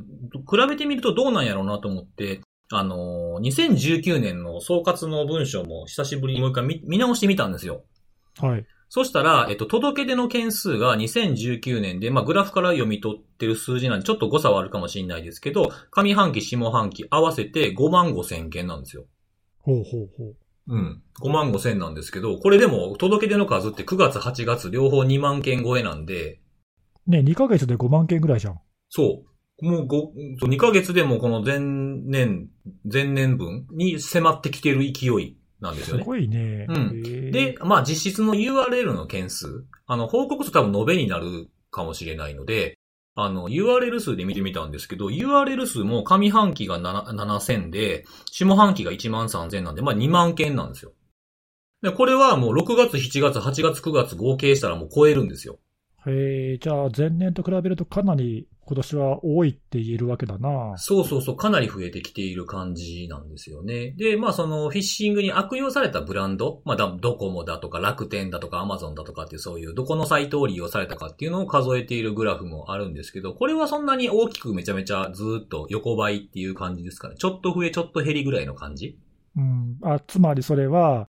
C: べてみるとどうなんやろうなと思って、あのー、2019年の総括の文章も久しぶりにもう一回見見直してみたんですよ。
A: はい。
C: そしたら、えっと、届け出の件数が2019年で、まあ、グラフから読み取ってる数字なんで、ちょっと誤差はあるかもしれないですけど、上半期、下半期合わせて5万5千件なんですよ。
A: ほうほうほう。
C: うん。5万5千なんですけど、これでも、届け出の数って9月、8月、両方2万件超えなんで、
A: ね、2ヶ月で5万件ぐらいじゃん。
C: そう。もうごそう2ヶ月でもこの前年、前年分に迫ってきてる勢いなんです
A: す
C: よね。
A: ごいね。
C: うん
A: へー
C: で、、まあ実質の URL の件数、あの、報告数多分延べになるかもしれないので、あの、URL 数で見てみたんですけど、URL 数も上半期がな7000で、下半期が1万3000なんで、まあ2万件なんですよ。で、これはもう6月、7月、8月、9月合計したらもう超えるんですよ。
A: えー、じゃあ前年と比べるとかなり今年は多いって言えるわけだな。
C: そうそうそう、かなり増えてきている感じなんですよね。で、まあそのフィッシングに悪用されたブランド、まあだドコモだとか楽天だとかアマゾンだとかっていうそういうどこのサイトを利用されたかっていうのを数えているグラフもあるんですけど、これはそんなに大きくめちゃめちゃずーっと横ばいっていう感じですかね。ちょっと増えちょっと減りぐらいの感じ
A: うん。あ、つまりそれは、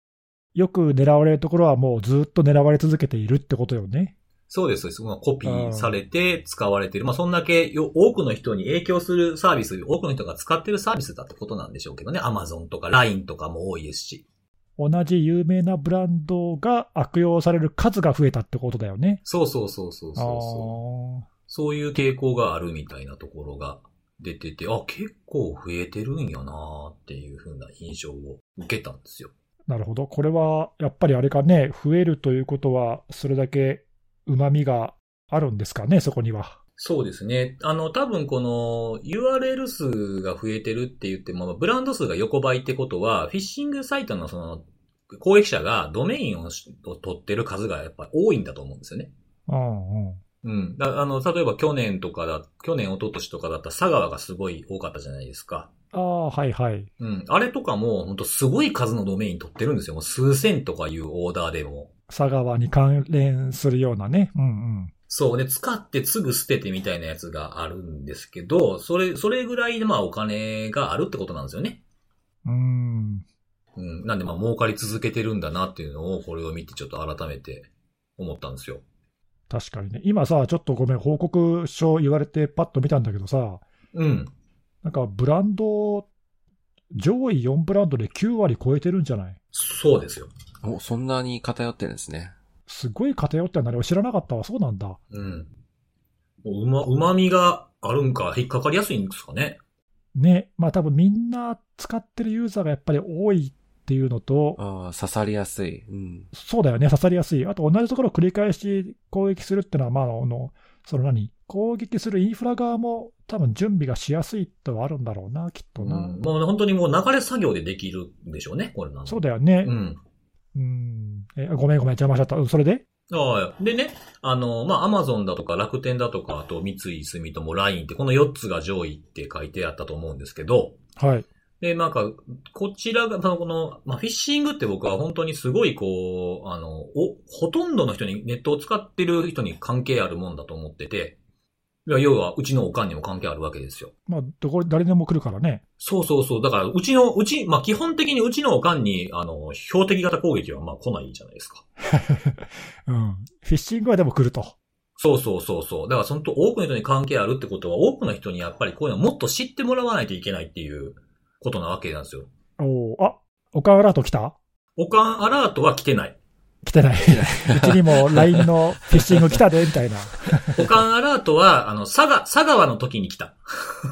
A: よく狙われるところはもうずっと狙われ続けているってことよね。
C: そうです、そうです。まあコピーされて使われている。まあそんだけよ多くの人に影響するサービス、多くの人が使ってるサービスだってことなんでしょうけどね。アマゾンとか LINE とかも多いですし。
A: 同じ有名なブランドが悪用される数が増えたってことだよね。
C: そうそうそうそうそうそう。そういう傾向があるみたいなところが出てて、あ、結構増えてるんやなーっていう風な印象を受けたんですよ。
A: あーなるほど。これはやっぱりあれかね、増えるということは、それだけ旨味があるんですかね、そこには。
C: そうですね。あの、多分この URL 数が増えてるって言っても、まあブランド数が横ばいってことは、フィッシングサイトのその、公益者がドメインをしを取ってる数がやっぱ多いんだと思うんですよね。
A: うんうん。
C: うん。だあの、例えば去年とかだ、去年、一昨年とかだったら佐川がすごい多かったじゃないですか。
A: ああ、はいはい。
C: うん。あれとかも、本当すごい数のドメイン取ってるんですよ。もう数千とかいうオーダーでも。
A: 佐川に関連するようなね。うんうん。
C: そうね、使ってすぐ捨ててみたいなやつがあるんですけど、それ、それぐらいでまあお金があるってことなんですよね。
A: うーん。
C: うん。なんでまあ儲かり続けてるんだなっていうのを、これを見てちょっと改めて思ったんですよ。
A: 確かにね。今さ、ちょっとごめん、報告書言われてパッと見たんだけどさ、
C: うん。
A: なんかブランド、上位4ブランドで9割超えてるんじゃない
C: そうですよ。
B: お、そんなに偏ってるんですね。
A: すごい偏ったな、あれを知らなかったわ。そうなんだ。
C: うん。もううま、旨味があるんか、引っかかりやすいんですかね。
A: ね。まあ多分みんな使ってるユーザーがやっぱり多いっていうのと、
B: ああ、刺さりやすい。うん。
A: そうだよね、刺さりやすい。あと同じところを繰り返し攻撃するってのは、まあ、あの、その何攻撃するインフラ側も多分準備がしやすいとはあるんだろうな、きっと
C: う
A: な。
C: ん。もう本当にもう流れ作業でできるんでしょうね、これなん
A: そうだよね。
C: うん。
A: うん。え、ごめんごめん、邪魔しちゃった。うん、それで
C: ああ、でね、あの、まあ、アマゾンだとか楽天だとか、あと三井住友 LINE って、この4つが上位って書いてあったと思うんですけど、
A: はい。
C: で、なんか、こちらが、その、この、まあ、フィッシングって僕は本当にすごい、こう、あの、お、ほとんどの人に、ネットを使ってる人に関係あるもんだと思ってて、いや要は、うちのおかんにも関係あるわけですよ。
A: まあ、どこ、誰でも来るからね。
C: そうそうそう。だから、うちの、うち、まあ、基本的にうちのおかんに、あの、標的型攻撃は、まあ、来ないじゃないですか。
A: うん。フィッシングはでも来ると。
C: そうそうそうそう。だからそのと多くの人に関係あるってことは、多くの人にやっぱりこういうのをもっと知ってもらわないといけないっていうことなわけなんですよ。
A: おーあ、おかアラート来た
C: おかんアラートは来てない。
A: 来てない。うちにも LINE のフィッシング来たで、みたいな。
C: おかんアラートは、あの、佐賀、佐川の時に来た。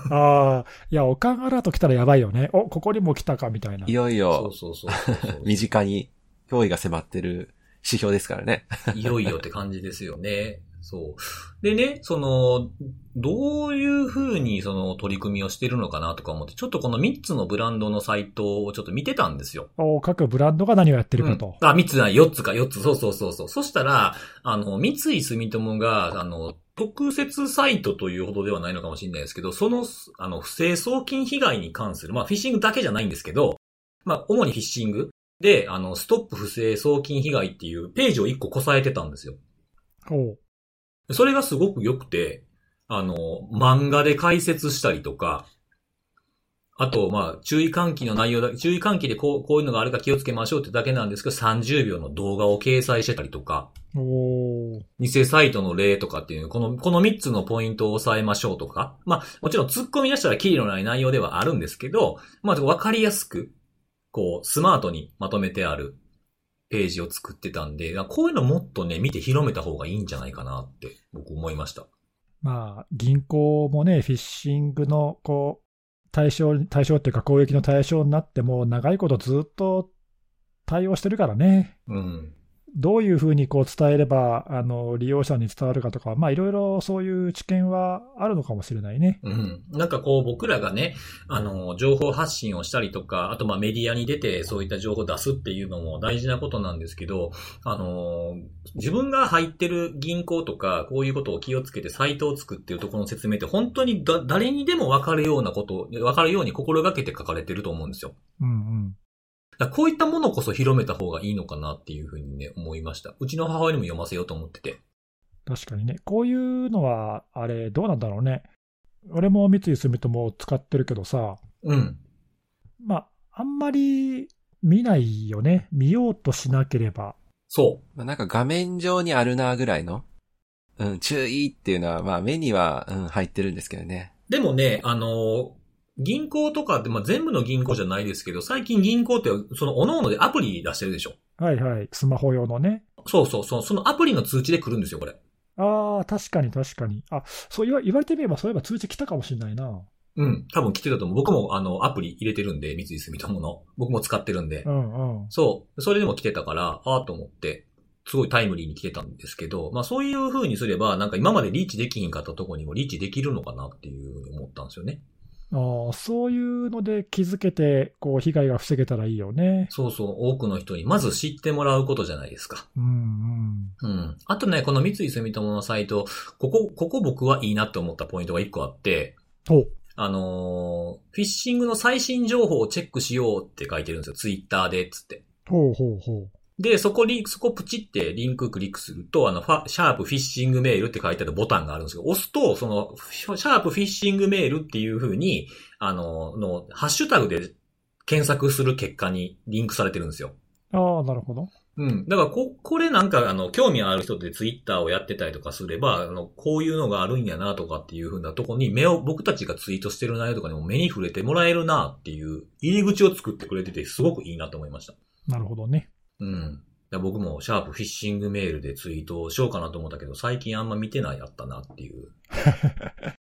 A: ああ、いや、おかんアラート来たらやばいよね。お、ここにも来たか、みたいな。
B: いよい
C: そう
B: よ、
C: そうそうそう。
B: 身近に脅威が迫ってる指標ですからね。
C: いよいよって感じですよね。そう。でね、その、どういうふうにその取り組みをしてるのかなとか思って、ちょっとこの3つのブランドのサイトをちょっと見てたんですよ。
A: お各ブランドが何をやってるかと。
C: うんあ、3つだ、4つか、4つ、そうそうそうそう。そしたら、あの、三井住友が、あの、特設サイトというほどではないのかもしれないですけど、その、あの、不正送金被害に関する、まあ、フィッシングだけじゃないんですけど、まあ、主にフィッシングで、あの、ストップ不正送金被害っていうページを1個こさえてたんですよ。
A: おう
C: それがすごく良くて、あの、漫画で解説したりとか、あと、まあ、注意喚起の内容だ、注意喚起でこう、こういうのがあるから気をつけましょうってだけなんですけど、30秒の動画を掲載してたりとか、
A: おー
C: 偽サイトの例とかっていう、この、この3つのポイントを抑えましょうとか、まあ、もちろん突っ込み出したらキリのない内容ではあるんですけど、まあ、わかりやすく、こう、スマートにまとめてあるページを作ってたんで、こういうのもっとね、見て広めた方がいいんじゃないかなって、僕思いました。
A: まあ、銀行もね、フィッシングの、こう、対象、対象っていうか攻撃の対象になっても、長いことずっと対応してるからね。
C: うん。
A: どういうふうにこう伝えれば、あの、利用者に伝わるかとか、まあ、いろいろそういう知見はあるのかもしれないね。
C: うん。なんかこう僕らがね、あの、情報発信をしたりとか、あとまあメディアに出てそういった情報を出すっていうのも大事なことなんですけど、あの、自分が入ってる銀行とか、こういうことを気をつけてサイトを作っていうところの説明って本当にだ誰にでもわかるようなこと、わかるように心がけて書かれてると思うんですよ。
A: うん
C: だからこういったものこそ広めた方がいいのかなっていうふうにね、思いました。うちの母親にも読ませようと思ってて。
A: うん。確かにね。こういうのは、あれ、どうなんだろうね。俺も三井住友を使ってるけどさ、
C: うん。
A: まあ、あんまり見ないよね。見ようとしなければ。
C: そう。
B: まあ、なんか画面上にあるなぐらいの、うん、注意っていうのは、まあ目には、うん、入ってるんですけどね。
C: でもね、あの、銀行とかって、まあ、全部の銀行じゃないですけど、最近銀行って、その、おのおのでアプリ出してるでしょ。
A: はいはい。スマホ用のね。
C: そうそうそう、そのアプリの通知で来るんですよ、これ。
A: ああ、確かに確かに。あ、そう言わ言われてみれば、そういえば通知来たかもしれないな。
C: うん、多分来てたと思う。僕も、あの、アプリ入れてるんで、三井住友の。僕も使ってるんで
A: う。んうん。
C: そう。それでも来てたから、ああと思って、すごいタイムリーに来てたんですけど、まあそういう風にすれば、なんか今までリーチできひんかったとこにもリーチできるのかなっていうふうに思ったんですよね。
A: ああ、そういうので気づけて、こう、被害が防げたらいいよね。
C: そうそう、多くの人にまず知ってもらうことじゃないですか。
A: うん
C: うん。あとね、この三井住友のサイト、ここ、ここ僕はいいなって思ったポイントが一個あって、
A: うん。お
C: あのーフィッシングの最新情報をチェックしようって書いてるんですよ。ツイッターで、つって。
A: ほうほうほ
C: で、そこに、そこプチってリンククリックすると、あの、ファ、シャープフィッシングメールって書いてあるボタンがあるんですけど、押すと、その、シャープフィッシングメールっていう風に、あの、の、ハッシュタグで検索する結果にリンクされてるんですよ。
A: う。ああ、なるほど。
C: うん。だから、こ、これなんか、あの、興味ある人でツイッターをやってたりとかすれば、あの、こういうのがあるんやなとかっていう風なとこに目を、僕たちがツイートしてる内容とかにも目に触れてもらえるなっていう入り口を作ってくれてて、すごくいいなと思いました。
A: なるほどね。
C: うん。だから僕も、シャープフィッシングメールでツイートをしようかなと思ったけど、最近あんま見てないやったなっていう。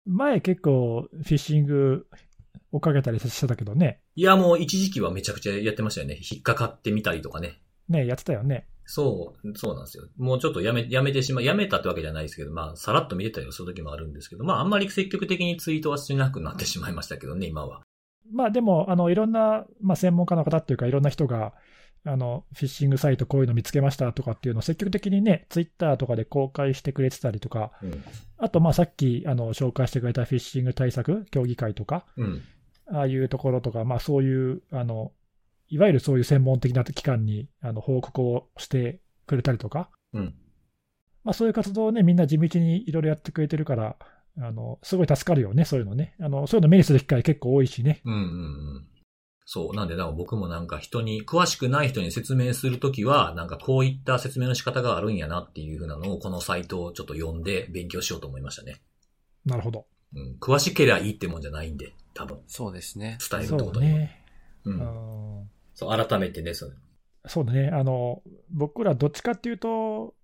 A: 前結構、フィッシング追っかけたりしてたけどね。
C: いや、もう一時期はめちゃくちゃやってましたよね。引っかかってみたりとかね。
A: ね、やってたよね。
C: そう、そうなんですよ。もうちょっとやめ、やめてしま、やめたってわけじゃないですけど、まあ、さらっと見てたりはする時もあるんですけど、まあ、あんまり積極的にツイートはしなくなってしまいましたけどね、今は。
A: まあでも、あの、いろんな、まあ専門家の方っていうか、いろんな人が、あの、フィッシングサイトこういうの見つけましたとかっていうのを積極的にね、ツイッターとかで公開してくれてたりとか、
C: うん。
A: あと、まあ、さっきあの紹介してくれたフィッシング対策協議会とか、
C: うん。
A: ああいうところとか、まあ、そういうあの、いわゆるそういう専門的な機関にあの報告をしてくれたりとか、
C: うん。
A: まあ、そういう活動をね、みんな地道にいろいろやってくれてるから、あのすごい助かるよね、そういうのね。あのそういうの目にする機会結構多いしね。
C: うん。うん。そう。なんで、なんか僕もなんか人に、詳しくない人に説明するときは、なんかこういった説明の仕方があるんやなっていうふうなのを、このサイトをちょっと読んで勉強しようと思いましたね。
A: なるほど。
C: うん。詳しければいいってもんじゃないんで、多分、
B: そうですね。
C: 伝えるって
A: そ
C: こ
A: う
C: とには。
A: ね。
C: う。
A: うんん
C: そう、改めてね、その
A: そうだね、あの僕らどっちかっていうと、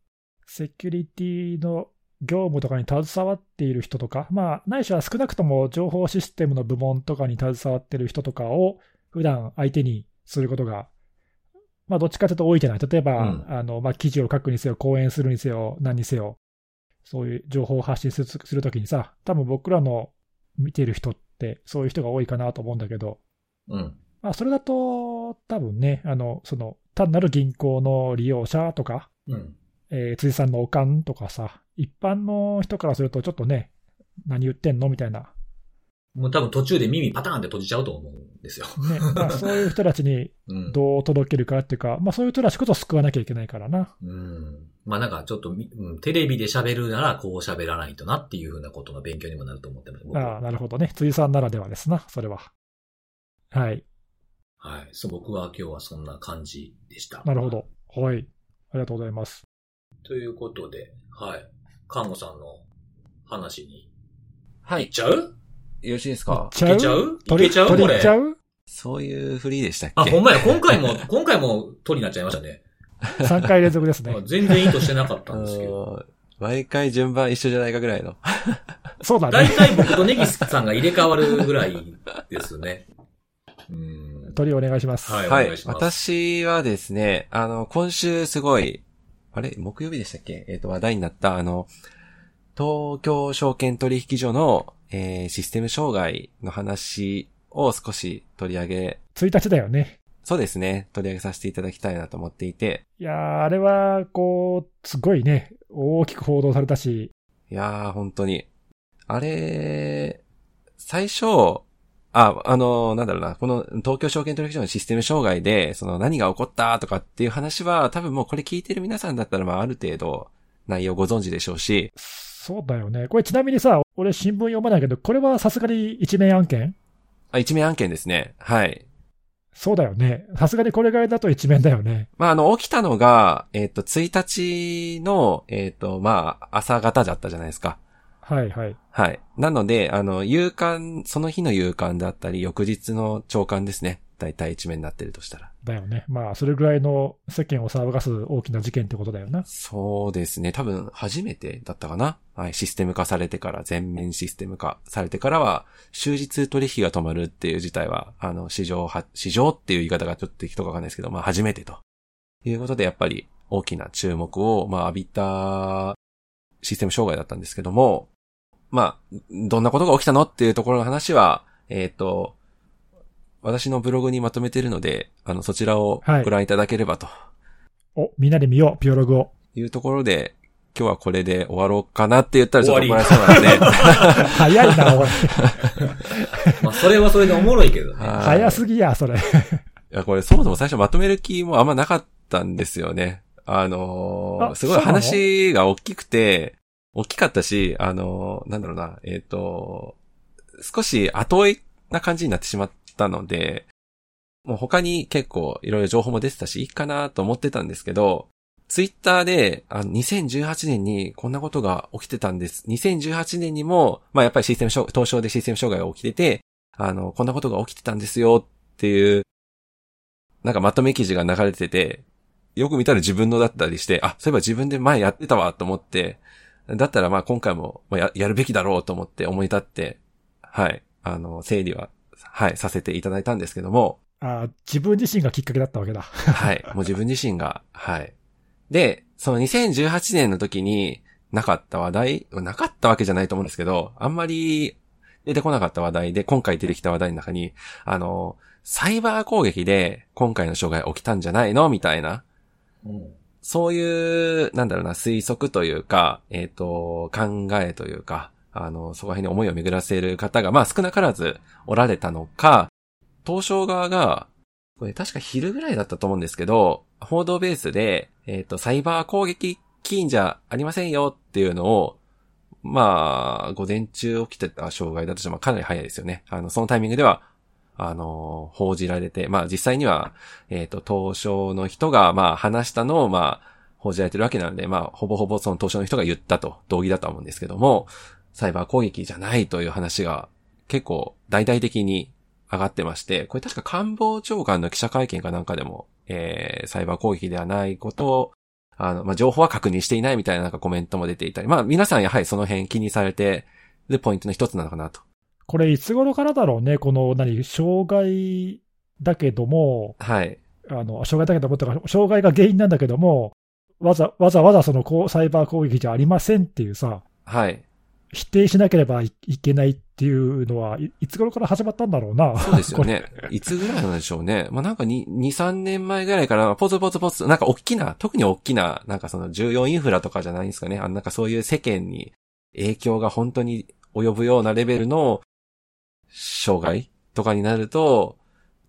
A: セキュリティの業務とかに携わっている人とか、まあ、ないしは少なくとも情報システムの部門とかに携わっている人とかを普段相手にすることが、まあ、どっちかというと多いじゃない、例えば、
C: うん
A: あのまあ、記事を書くにせよ、講演するにせよ、何にせよ、そういう情報を発信するするときにさ、多分僕らの見てる人って、そういう人が多いかなと思うんだけど、
C: うん。
A: まあ、それだと、多分ね、あの、その、単なる銀行の利用者とか、
C: うん。
A: えー辻さんのおかんとかさ、一般の人からするとちょっとね、何言ってんのみたい
C: (laughs)
A: な。
C: もう多分途中で耳パターンって閉じちゃうと思うんですよ。
A: ね、まあ、そういう人たちに
C: うん。
A: どう届けるかっていうか、まあ、そういう人たちこそ救わなきゃいけないからな。
C: うん。まあなんかちょっとみ、うん、テレビで喋るならこう喋らないとなっていうふうなことの勉強にもなると思ってます。僕は
A: ああ、なるほどね。辻さんならではですな、それは。はい。
C: はい。そう、僕は今日はそんな感じでした。
A: なるほ。ど。はい。ありがとうございます。
C: ということで、はい。看護さんの話に。
B: はいい。
C: ちゃう
B: よろしいですか
A: い
C: いけちゃうい
A: 取
C: け
A: り
C: ちゃう
A: 取
C: こ
A: りちゃ
C: れ。
A: う
B: そういうフリーでしたっけ
C: あ、ほんまや、今回も、今回も取りになっちゃいましたね。
A: ?3 回連続です
C: (laughs)
A: ね
C: まあ。全然意図してなかったんです
A: (laughs)
C: けど。
B: うん毎回順番一緒じゃないかぐらいの。
A: そうだ
C: 大
A: ね。
C: 体僕とネギスさんが入れ替わるぐらいですね。うん。
A: 取りお願いします。
C: はい、お
B: はい
C: 願い。します。
B: 私はですね、あの、今週すごい、あれ木曜日でしたっけえっ、と、話題になった、あの、東京証券取引所の、えーシステム障害の話を少し取り上げ、
A: 1日だよね。
B: そうですね、取り上げさせていただきたいなと思っていて、
A: いやー、あれは、こう、すごいね、大きく報道されたし、
B: いやー、本当に。あれ、最初、あ、あの、なんだろうな、この東京証券取引所のシステム障害で、その何が起こったとかっていう話は、多分もうこれ聞いてる皆さんだったら、まあある程度内容ご存知でしょうし、
A: そうだよね。これちなみにさ、俺新聞読まないけど、これはさすがに一面案件
B: あ、一面案件ですね。はい。
A: そうだよね。さすがにこれぐらいだと一面だよね。
B: まああの、起きたのが、えっ、と、1日の、えっ、と、まあ朝方だったじゃないですか。
A: はいはい。
B: はい。なので、あの、夕刊、その日の夕刊だったり、翌日の朝刊ですね。だいたい一面になってるとしたら。
A: だよね。まあ、それぐらいの世間を騒がす大きな事件ってことだよな。
B: そうですね。多分、初めてだったかな。はい。システム化されてから、全面システム化されてからは、終日取引が止まるっていう事態は、あの、市場は、市場っていう言い方がちょっと適当かわかんないですけど、まあ、初めてと。いうことで、やっぱり、大きな注目を、まあ、浴びた、システム障害だったんですけども、まあ、どんなことが起きたのっていうところの話は、えっ、と、私のブログにまとめてるので、あの、そちらを
A: はい
B: ご覧いただければと。
A: お、みんなで見よう、ピオログを。 (laughs)
B: いうところで、今日はこれで終わろうかなって言ったらちょっと
C: 終
B: 怒
C: わ
B: ら
C: り
B: れそうなんで。
A: 早いな、おい。
C: (laughs) まあ、それはそれでおもろいけどね。
B: はい
A: 早すぎや、それ。
B: いや、これそもそも最初まとめる気もあんまなかったんですよね。あのー
A: あ
B: すごい
A: そうなの
B: 話が大きくて、大きかったし、あのーなんだろうな、えっ、と、少し後追いな感じになってしまったので、もう他に結構いろいろ情報も出てたし、いいかなと思ってたんですけど、ツイッターで、あの、2018年にこんなことが起きてたんです。2018年にも、まあやっぱりシステム障、東証でシステム障害が起きてて、あの、こんなことが起きてたんですよっていう、なんかまとめ記事が流れてて、よく見たら自分のだったりして、あ、そういえば自分で前やってたわと思って、だったらまあ今回もまあややるべきだろうと思って思い立って、はい、あの、整理は、はい、させていただいたんですけども、
A: あー自分自身がきっかけだったわけだ。
B: はい。もう自分自身が、はい。で、その2018年の時になかった話題、なかったわけじゃないと思うんですけど、あんまり出てこなかった話題で、今回出てきた話題の中に、あの、サイバー攻撃で今回の障害起きたんじゃないのみたいな。
C: うん
B: そういう、なんだろうな、推測というか、えっ、と、考えというか、あの、そこら辺に思いを巡らせる方が、まあ少なからずおられたのか、東証側が、これ確か昼ぐらいだったと思うんですけど、報道ベースで、えっ、と、サイバー攻撃起因じゃありませんよっていうのを、まあ、午前中起きてた障害だとしてもかなり早いですよね。あの、そのタイミングではあのー報じられて、まあ実際には、えっ、と、東証の人が、まあ話したのを、まあ、報じられてるわけなので、まあ、ほぼほぼその東証の人が言ったと、同義だとは思うんですけども、サイバー攻撃じゃないという話が結構大々的に上がってまして、これ確か官房長官の記者会見かなんかでも、えー、サイバー攻撃ではないことを、あの、まあ、情報は確認していないみたいななんかコメントも出ていたり、まあ、皆さんやはりその辺気にされてるポイントの一つなのかなと。
A: これ、いつ頃からだろうね、この、何、障害だけども、
B: はい。
A: あの障害だけどもとか、障害が原因なんだけども、わざわざわざそのこうサイバー攻撃じゃありませんっていうさ、
B: はい。
A: 否定しなければいいけないっていうのは、いいつ頃から始まったんだろう (laughs) な。
B: そうですよね。いつぐらいなんでしょうね。まあ、なんかに2、3年前ぐらいから、ポツポツポツ、なんか大きな、特に大きな、なんかその重要インフラとかじゃないんですかね。あの、なんかそういう世間に影響が本当に及ぶようなレベルの障害とかになると、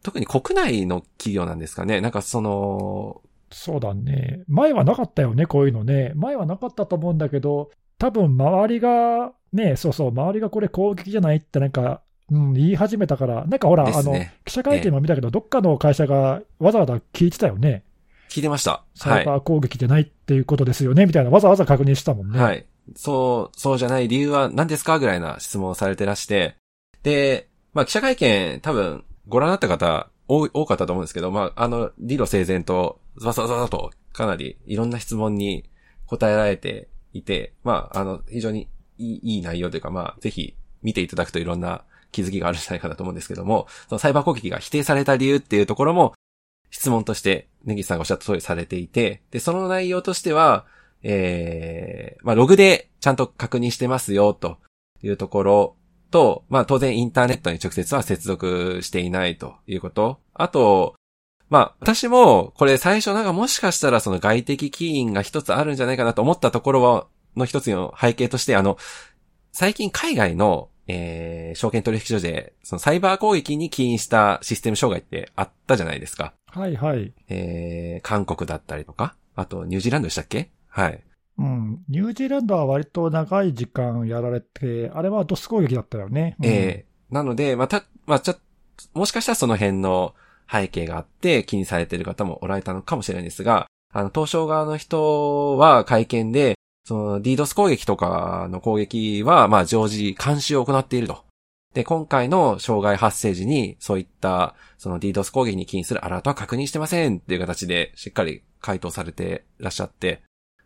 B: 特に国内の企業なんですかね。なんかその、
A: そうだね。前はなかったよね、こういうのね。前はなかったと思うんだけど、多分周りが、ね、そうそう、周りがこれ攻撃じゃないってなんか、うん、言い始めたから、なんかほら、
B: で
A: あ
B: す
A: の、
B: ね。
A: 記者会見も見たけど、どっかの会社がわざわざ聞いてたよね。
B: 聞いてました。
A: サ
B: は
A: イ
B: い。
A: バー攻撃でないっていうことですよね、みたいな、わざわざ確認してたもんね。
B: はい。そう、そうじゃない理由は何ですかぐらいな質問をされてらして。で、まあ記者会見多分ご覧になった方多い多かったと思うんですけど、まああの、理路整然と、ザワザワザワとかなりいろんな質問に答えられていて、まああの、非常にいいいい内容というか、まあぜひ見ていただくといろんな気づきがあるんじゃないかなと思うんですけども、そのサイバー攻撃が否定された理由っていうところも質問として根岸さんがおっしゃった通りされていて、で、その内容としては、えー、まあ、ログでちゃんと確認してますよ、というところと、まあ、当然インターネットに直接は接続していないということ。あと、まあ、私も、これ最初なんかもしかしたらその外的起因が一つあるんじゃないかなと思ったところは、の一つの背景として、あの、最近海外の、えー、証券取引所で、そのサイバー攻撃に起因したシステム障害ってあったじゃないですか。
A: はいはい。
B: えー、韓国だったりとか、あとニュージーランドでしたっけはい。
A: うん。ニュージーランドは割と長い時間やられて、あれはドス攻撃だったよね。うん
B: ええなので、まあた、まあ、ちょっと、もしかしたらその辺の背景があって気にされている方もおられたのかもしれないんですが、あの、東証側の人は会見で、その DDoS 攻撃とかの攻撃は、まあ、常時監視を行っていると。で、今回の障害発生時に、そういった、その DDoS 攻撃に起因するアラートは確認してませんっていう形で、しっかり回答されてらっしゃって、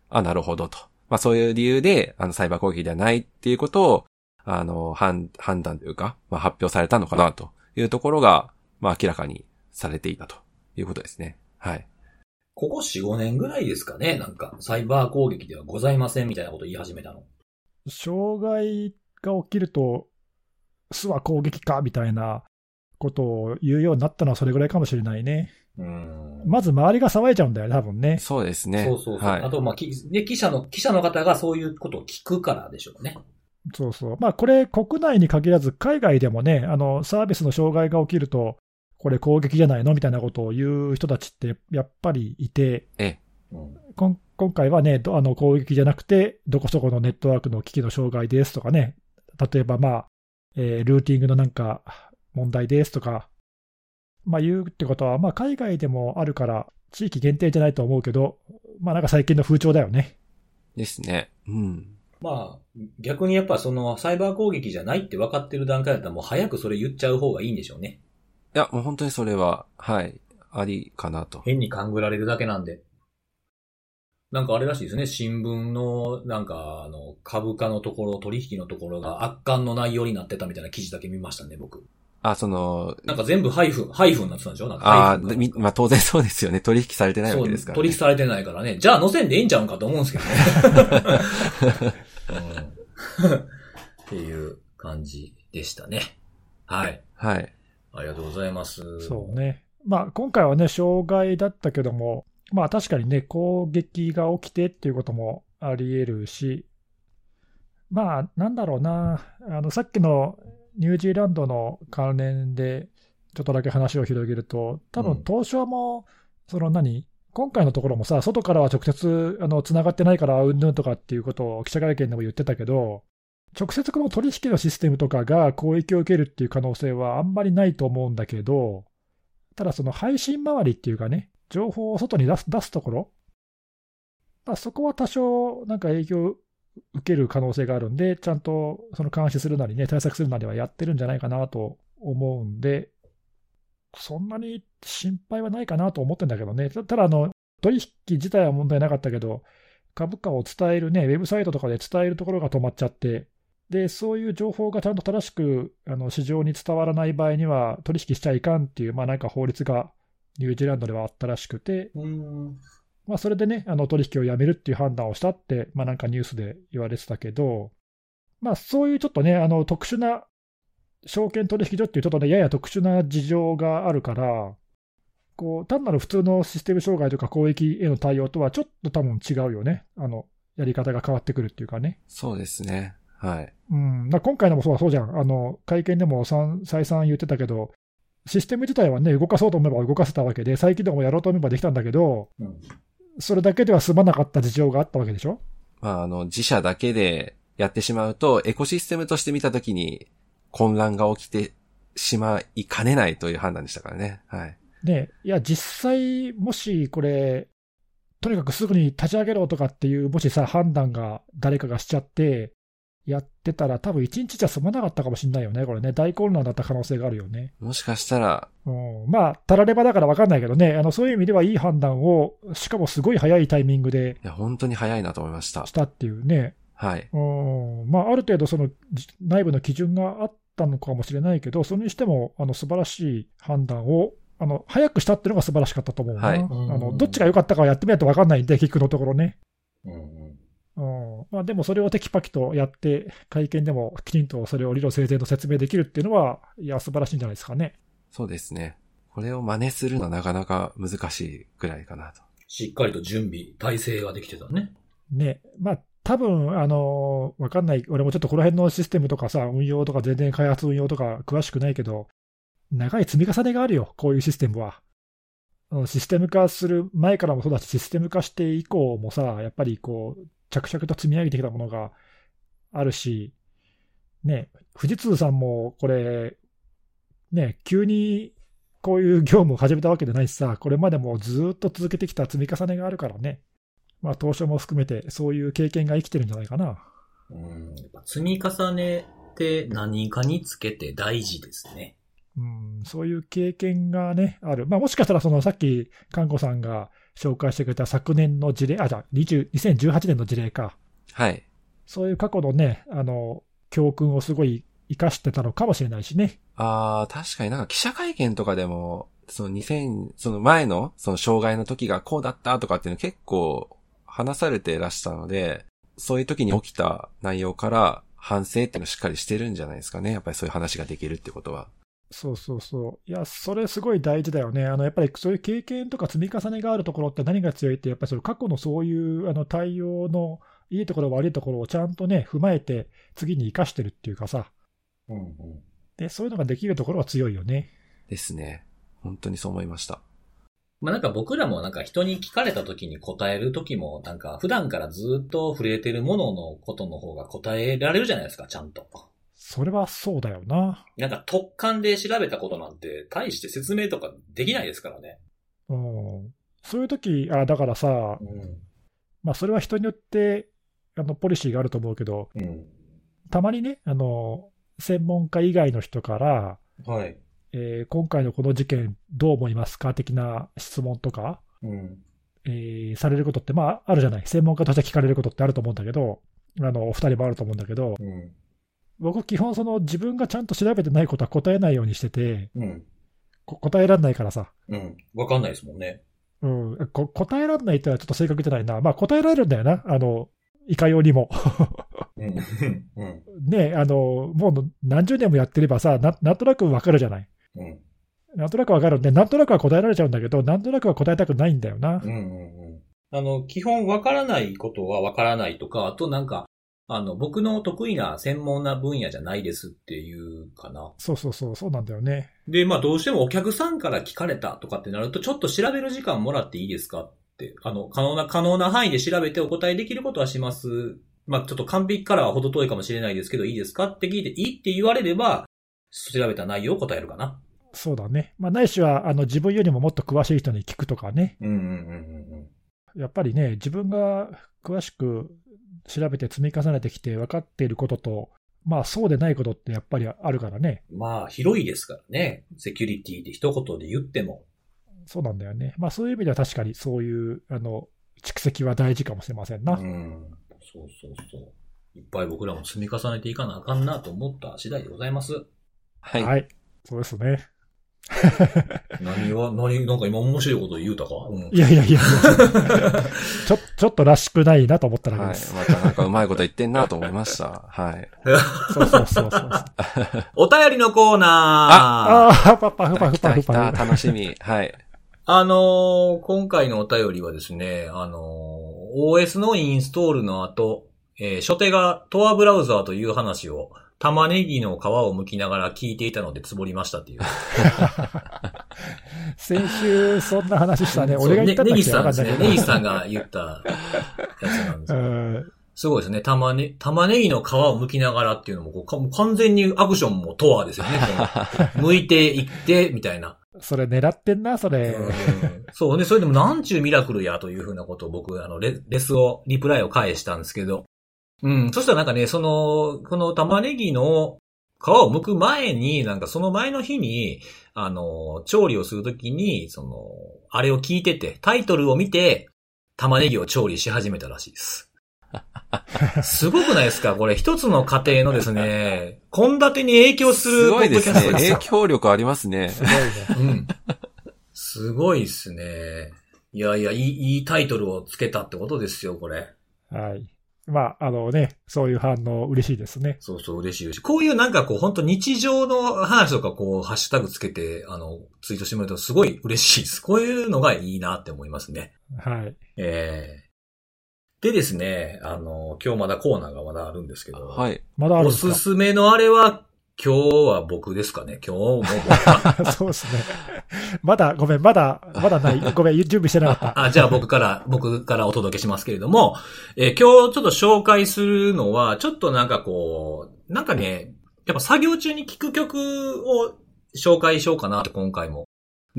B: あ、なるほどと。まあ、そういう理由で、あの、サイバー攻撃ではないっていうことを、あの、判、判断というか、まあ、発表されたのかなというところが、まあ、明らかにされていたということですね。はい。
C: ここ4、5年ぐらいですかね、なんか、サイバー攻撃ではございませんみたいなこと言い始めたの。
A: 障害が起きると、巣は攻撃かみたいなことを言うようになったのはそれぐらいかもしれないね。
C: うーん。
A: まず周りが騒いじゃうんだよね、多分ね。
B: そうですね。
C: そうそうそう。
B: はい
C: あ。と、まあ、きで、記者の、記者の方がそういうことを聞くからでしょうね。
A: そうそう。まあこれ、国内に限らず、海外でもね、あの、サービスの障害が起きると、これ攻撃じゃないのみたいなことを言う人たちって、やっぱりいて、
B: ええ
C: うん。
A: こん今回はね、どあの攻撃じゃなくて、どこそこのネットワークの機器の障害ですとかね、例えば、まあえールーティングのなんか問題ですとか、まあ、言うってことは、まあ、海外でもあるから、地域限定じゃないと思うけど、まあ、なんか最近の風潮だよね。
B: ですね。うん。
C: まあ、逆にやっぱその、サイバー攻撃じゃないって分かってる段階だったらもう早くそれ言っちゃう方がいいんでしょうね。
B: いや、もう本当にそれは、はい、ありかなと。
C: 変に勘ぐられるだけなんで。なんかあれらしいですね、新聞の、なんか、あの、株価のところ、取引のところが圧巻の内容になってたみたいな記事だけ見ましたね、僕。
B: あ、その、
C: なんか全部ハイフン、ハイフンになってたんでしょなんかハ
B: あ
C: イフン
B: ー
C: が
B: みまあ、当然そうですよね。取引されてないわけですから、
C: 取
B: ね。
C: 引されてないからね。じゃあ乗せんでええんちゃうんかと思うんですけどね。うんっていう感じでしたね。はい。
B: はい。
C: ありがとうございます。
A: そうね。まあ、今回はね、障害だったけども、まあ、確かにね、攻撃が起きてっていうこともあり得るし、まあ、なんだろうな、あの、さっきのニュージーランドの関連で、ちょっとだけ話を広げると、多
C: う
A: 分
C: ん
A: 東証も、その何、今回のところもさ、外からは直接あの繋がってないから、うんぬんとかっていうことを記者会見でも言ってたけど、直接この取引のシステムとかが攻撃を受けるっていう可能性はあんまりないと思うんだけど、ただその配信周りっていうかね、情報を外に出す出すところ、まあ、そこは多少なんか影響を受ける可能性があるんで、ちゃんとその監視するなりね、対策するなりはやってるんじゃないかなと思うんで、そんなに心配はないかなと思ってんだけどね。たただあの、取引自体は問題なかったけど、株価を伝えるね、ウェブサイトとかで伝えるところが止まっちゃって、で、そういう情報がちゃんと正しくあの市場に伝わらない場合には、取引しちゃいかんっていう、まあなんか法律がニュージーランドではあったらしくて、
D: うん。
A: まあそれでね、あの取引をやめるっていう判断をしたって、まあなんかニュースで言われてたけど、まあそういうちょっとね、あの特殊な証券取引所っていうちょっとね、やや特殊な事情があるから、こう、単なる普通のシステム障害とか攻撃への対応とはちょっと多分違うよね。あの、やり方が変わってくるっていうかね。
B: そうですね。はい。
A: うん、だから今回のもそうそうじゃん、あの会見でもさん再三言ってたけど、システム自体はね、動かそうと思えば動かせたわけで、再起動もやろうと思えばできたんだけど、
D: うん
A: それだけでは済まなかった事情があったわけでしょ、
B: まあ、あの、自社だけでやってしまうと、エコシステムとして見たときに混乱が起きてしまいかねないという判断でしたからね。はい。
A: ね、いや、実際、もしこれ、とにかくすぐに立ち上げろとかっていう、もしさ、判断が誰かがしちゃって、やってたら、多分1日じゃ済まなかったかもしれないよね、これね、大混乱だった可能性があるよね。
B: もしかしたら、
A: うん、まあ、たらればだから分かんないけどね、あのそういう意味ではいい判断を、しかもすごい早いタイミングで
B: いや、本当に早いなと思いました
A: し。たっていうね、
B: はい。
A: うんまあ、ある程度その、じ内部の基準があったのかもしれないけど、それにしてもあの素晴らしい判断を。あの早くしたっていうのが素晴らしかったと思うな、
B: はい
A: あ
D: う
A: の
D: ん
A: どっちが良かったかはやってみないと分かんないんで、結局のところね、
D: うん。
A: うんまあ、でもそれをテキパキとやって、会見でもきちんとそれを理路整然と説明できるっていうのは、いや、素晴らしいんじゃないですかね。
B: そうですね。これを真似するのはなかなか難しいくらいかなと。
C: しっかりと準備、体制ができてたね。
A: ね、まあ、多分あのわかんない、俺もちょっとこの辺のシステムとかさ、運用とか、全然開発運用とか詳しくないけど、長い積み重ねがあるよ、こういうシステムは。うんシステム化する前からもそうだし、システム化して以降もさ、やっぱりこう、着々と積み上げてきたものがあるし、ね、富士通さんもこれ、ね、急にこういう業務を始めたわけじゃないしさ、これまでもずっと続けてきた積み重ねがあるからね。まあ、投資も含めて、そういう経験が生きてるんじゃないかな。
C: うん。やっぱ積み重ねって何かにつけて大事ですね。
A: うん、そういう経験がね、ある。まあ、もしかしたら、その、さっき、看護さんが紹介してくれた昨年の事例、あ、じゃあ、20 2018年の事例か。
B: はい。
A: そういう過去のね、あの、教訓をすごい生かしてたのかもしれないしね。
B: ああ、確かになんか記者会見とかでも、その2000、その前の、その障害の時がこうだったとかっていうの結構話されてらしたので、そういう時に起きた内容から反省っていうのをしっかりしてるんじゃないですかね。やっぱりそういう話ができるってことは。
A: そうそうそう。いや、それすごい大事だよね。あの、やっぱりそういう経験とか積み重ねがあるところって何が強いって、やっぱりその過去のそういう、あの、対応のいいところ悪いところをちゃんとね、踏まえて、次に生かしてるっていうかさ。
D: うんうん。
A: で、そういうのができるところは強いよね。
B: ですね。本当にそう思いました。
C: まあなんか僕らもなんか人に聞かれた時に答える時もなんか普段からずっと触れてるもののことの方が答えられるじゃないですか、ちゃんと。
A: それはそうだよな。
C: なんか突貫で調べたことなんて大して説明とかできないですからね。
A: うん。そういう時あだからさ、
D: うん。
A: まあ、それは人によってあのポリシーがあると思うけど、
D: うん。
A: たまにね、あの専門家以外の人から、
D: はい。
A: えー今回のこの事件、どう思いますか的な質問とか、
D: うん。
A: えーされることって、まあ、あるじゃない、専門家として聞かれることってあると思うんだけど、あのお二人もあると思うんだけど、
D: うん。
A: 僕、基本その、自分がちゃんと調べてないことは答えないようにしてて、
D: うん。
A: こ答えられないからさ、
D: うん。わかんないですもんね。
A: うん、こ答えられないとはちょっと正確じゃないな、まあ、答えられるんだよな、あのいかようにも。 (laughs)
D: うん。うん。
A: ね、あのもう何十年もやってればさな、なんとなくわかるじゃない。
D: うん。
A: なんとなくわかるんで、なんとなくは答えられちゃうんだけど、なんとなくは答えたくないんだよな
D: う。ん。うん。
C: あの、基本わからないことはわからないとか、あとなんか、あの、僕の得意な専門な分野じゃないですっていうかな。
A: そうそうそう、そうなんだよね。
C: で、まあどうしてもお客さんから聞かれたとかってなると、ちょっと調べる時間もらっていいですかって、あの、可能な、可能な範囲で調べてお答えできることはします
D: まあちょっと完璧からは程遠いかもしれないですけど、いいですかって聞いて、いいって言われれば、調べた内容を答えるかな。
A: そうだね。まあ、ないしは、あの、自分よりももっと詳しい人に聞くとかね。
D: うんうんうんうん。
A: やっぱりね、自分が詳しく調べて積み重ねてきて分かっていることと、まあ、そうでないことってやっぱりあるからね。
D: まあ、広いですからね。セキュリティで一言で言っても。
A: そうなんだよね。まあ、そういう意味では確かにそういう、あの、蓄積は大事かもしれませんな。
D: うん。
C: そうそうそう。
D: いっぱい僕らも
C: 積み重ねていかなあかんなと思った次第でございます。
B: はい。
A: はい。そうですね。
C: 何は、 (laughs) 何、なんか今面白いこと言うたかうん。
A: いやいやいや、ちょ、ちょっとらしくないなと思っただけ
B: は
A: で
B: い。
A: す。
B: またなんかうまいこと言ってんなと思いました。はい。
A: そうそうそうそう。あ
C: お便りのコーナーあ
A: あー、パパフパ
B: 来
A: フパ
B: た
A: フ
B: 来た、
A: パフ。
B: 楽しみ。はい。 (laughs)
C: のー今回のお便りはですね、あのー OS のインストールの後、えー初手がトアブラウザーという話を玉ねぎの皮を剥きながら聞いていたのでつぼりましたっ
A: (laughs)
C: ていう。
A: 先週そんな話したね。俺が言ったんだ
C: ねネ
A: っ
C: ギ
A: け
C: さ
A: わ
C: ん
A: か
C: で
A: ん
C: す
A: ない
C: ね。
A: け
C: ネ
A: ど
C: ギさんが言ったやつなんです
A: う
C: よ
A: ん。
C: すごいですね。玉ね、玉ねぎの皮を剥きながらっていうのもこうか、もう完全にアクションもトアですよね。この剥いていって、みたいな。
A: それ狙ってんな、それ。
C: うんそうね、それでもなんちゅうミラクルやというふうなことを僕、あの、レレスを、リプライを返したんですけど。うん、そしたらなんかね、その、この玉ねぎの皮を剥く前に、なんかその前の日に、あの、調理をするときに、その、あれを聞いてて、タイトルを見て、玉ねぎを調理し始めたらしいです。すごくないですかこれ一つの家庭のですね、献立に影響す
B: す
C: るポ
B: ごい
C: ッ
B: で
C: ドキ
B: す
C: ャ
B: ね
C: ス。トです
B: 影
C: よ。
B: 響力ありますね。
A: すごいね。
C: うん。すごいっすね。いやいや、いい、いいタイトルをつけたってことですよ、これ。
A: はい。まあ、あのね、そういう反応嬉しいですね。
C: そうそう、嬉しいし。こういうなんかこう、本当日常の話とかこう、ハッシュタグつけて、あの、ツイートしてもらうとすごい嬉しいです。こういうのがいいなって思いますね。
A: はい。
C: ええでですね、あの、今日まだコーナーがまだあるんですけど、
B: はい。
A: まだあるん
C: お
A: です
C: す
A: か
C: すめのあれは、今日は僕ですかね。今日も僕。
A: (laughs) そうですね。まだ、ごめん、まだ、まだない。ごめん、準備してなかった。
C: あ、じゃあ僕から、僕からお届けしますけれども、えー今日ちょっと紹介するのは、ちょっとなんかこう、なんかね、やっぱ作業中に聴く曲を紹介しようかなって今回も。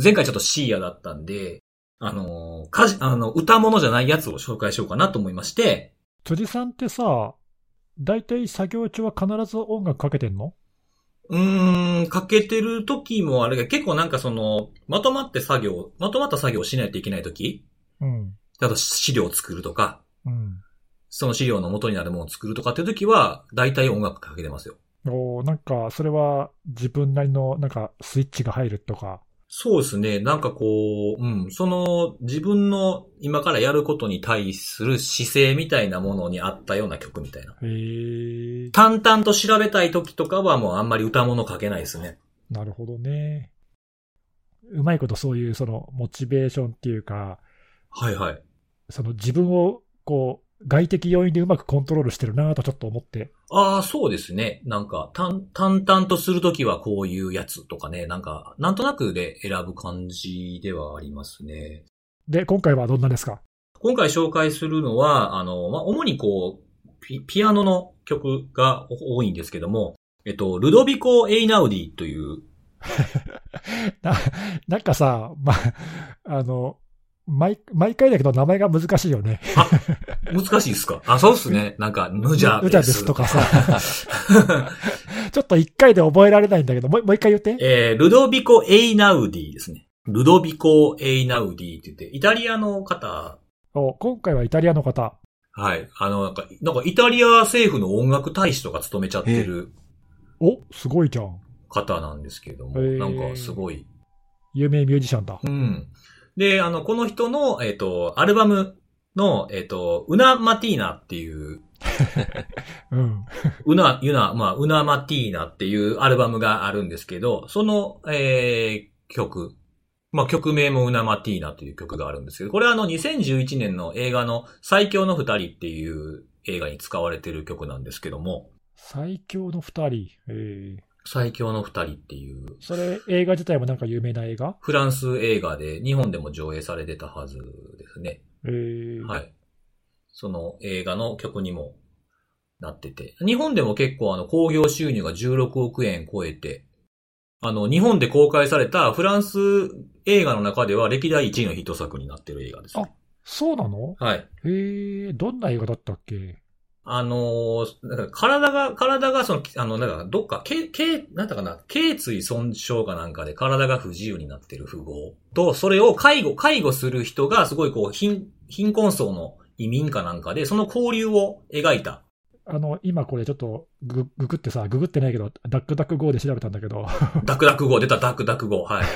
C: 前回ちょっとシーヤだったんで、あのー、かじ、あの、歌物じゃないやつを紹介しようかなと思いまして、
A: 辻さんってさ、大体作業中は必ず音楽かけてんの
C: うーん、かけてる時もあれが結構なんかその、まとまって作業、まとまった作業をしないといけない時
A: うん。
C: あと資料を作るとか、
A: うん。
C: その資料の元になるものを作るとかっていう時は、大体音楽かけてますよ。
A: おーなんか、それは自分なりの、なんか、スイッチが入るとか。
C: そうですね。なんかこう、うん、その自分の今からやることに対する姿勢みたいなものに合ったような曲みたいな。
A: へー
C: 淡々と調べたい時とかはもうあんまり歌物書けないですね。
A: なるほどね。うまいことそういう、その、モチベーションっていうか、
C: はいはい。
A: その自分を、こう、外的要因でうまくコントロールしてるなぁとちょっと思って。
C: ああ、そうですね。なんか、淡淡々とするときはこういうやつとかね。なんか、なんとなくで選ぶ感じではありますね。
A: で、今回はどんなですか
C: 今回紹介するのは、あの、まあ、主にこう、ピピアノの曲が多いんですけども、えっと、ルドビコ・エイナウディという、
A: ななんかさ、ま、あの、毎、毎回だけど名前が難しいよね。
C: 難しいですかあ、そうっすね。なんか、ヌジャ
A: う
C: で
A: じゃ
C: す。
A: ですとかさ。ちょっと一回で覚えられないんだけど、もうもう一回言って。
C: (laughs) えー、ルドビコ・エイナウディですね。ルドビコ・エイナウディって言って、イタリアの方、
A: お今回はイタリアの方。
C: はい。あの、なんか、なんかイタリア政府の音楽大使とか務めちゃってる
A: おすごいじゃん。
C: 方なんですけれども、
A: へー
C: なんかすごい
A: 有名ミュージシャンだ
C: う。ん。で、あの、この人の、えっ、と、アルバムの、えっ、と、ウナ・マティーナっていう、
A: うん。
C: ウナ、ユナ、まあ、ウナ・マティーナっていうアルバムがあるんですけど、その、えー、曲。まあ、曲名もウナ・マティーナという曲があるんですけど、これはあの、2011年の映画の最強の二人っていう映画に使われてる曲なんですけども、
A: 最強の二人。えー
C: 最強の二人っていう、
A: それ、映画自体もなんか有名な映画
C: フランス映画で日本でも上映されてたはずですね。
A: えー
C: はい。その映画の曲にもなってて。日本でも結構あの興行収入が16億円超えて、あの、日本で公開されたフランス映画の中では歴代1位のヒット作になってる映画です、ね。
A: そうなの
C: はい。
A: へえ、どんな映画だったっけ
C: あのーなんか体が、体がその、あの、なんかどっか、け、け、なんだかな、頸椎損傷かなんかで体が不自由になってる富豪と、それを介護、介護する人がすごいこう、貧、貧困層の移民かなんかで、その交流を描いた。
A: あの、今これちょっとグググってさ、ググってないけど、ダックダック GO で調べたんだけど、 (laughs)
C: ダクダク号出たダクダク号。はい。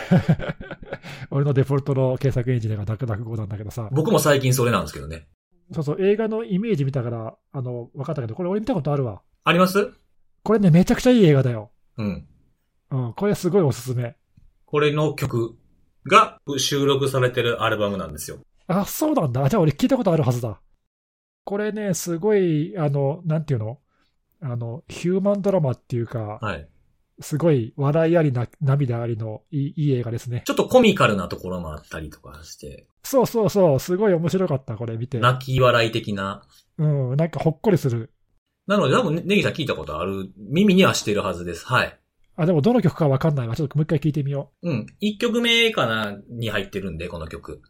A: 俺のデフォルトの検索エンジンがダックダック GO なんだけどさ、
C: 僕も最近それなんですけどね。
A: そうそう、映画のイメージ見たから、あの、分かったけど、これ俺見たことあるわ。
C: あります
A: これね、めちゃくちゃいい映画だよ。
C: うん。
A: うん、これすごいおすすめ。
C: これの曲が収録されてるアルバムなんですよ。
A: あ、そうなんだ。じゃあ俺聞いたことあるはずだ。これね、すごい、あの、なんていうのあの、ヒューマンドラマっていうか、
C: はい。
A: すごい笑いありな、涙ありのいいいい映画ですね。
C: ちょっとコミカルなところもあったりとかして、
A: そうそうそう、すごい面白かった、これ見て。
C: 泣き笑い的な
A: うん、なんかほっこりする。
C: なので多分ねネギさん聞いたことある、耳にはしてるはずです。はい。
A: あ、でもどの曲かわかんないわ。ちょっともう一回聞いてみよ
C: うん。1曲目かな、に入ってるんで、この曲。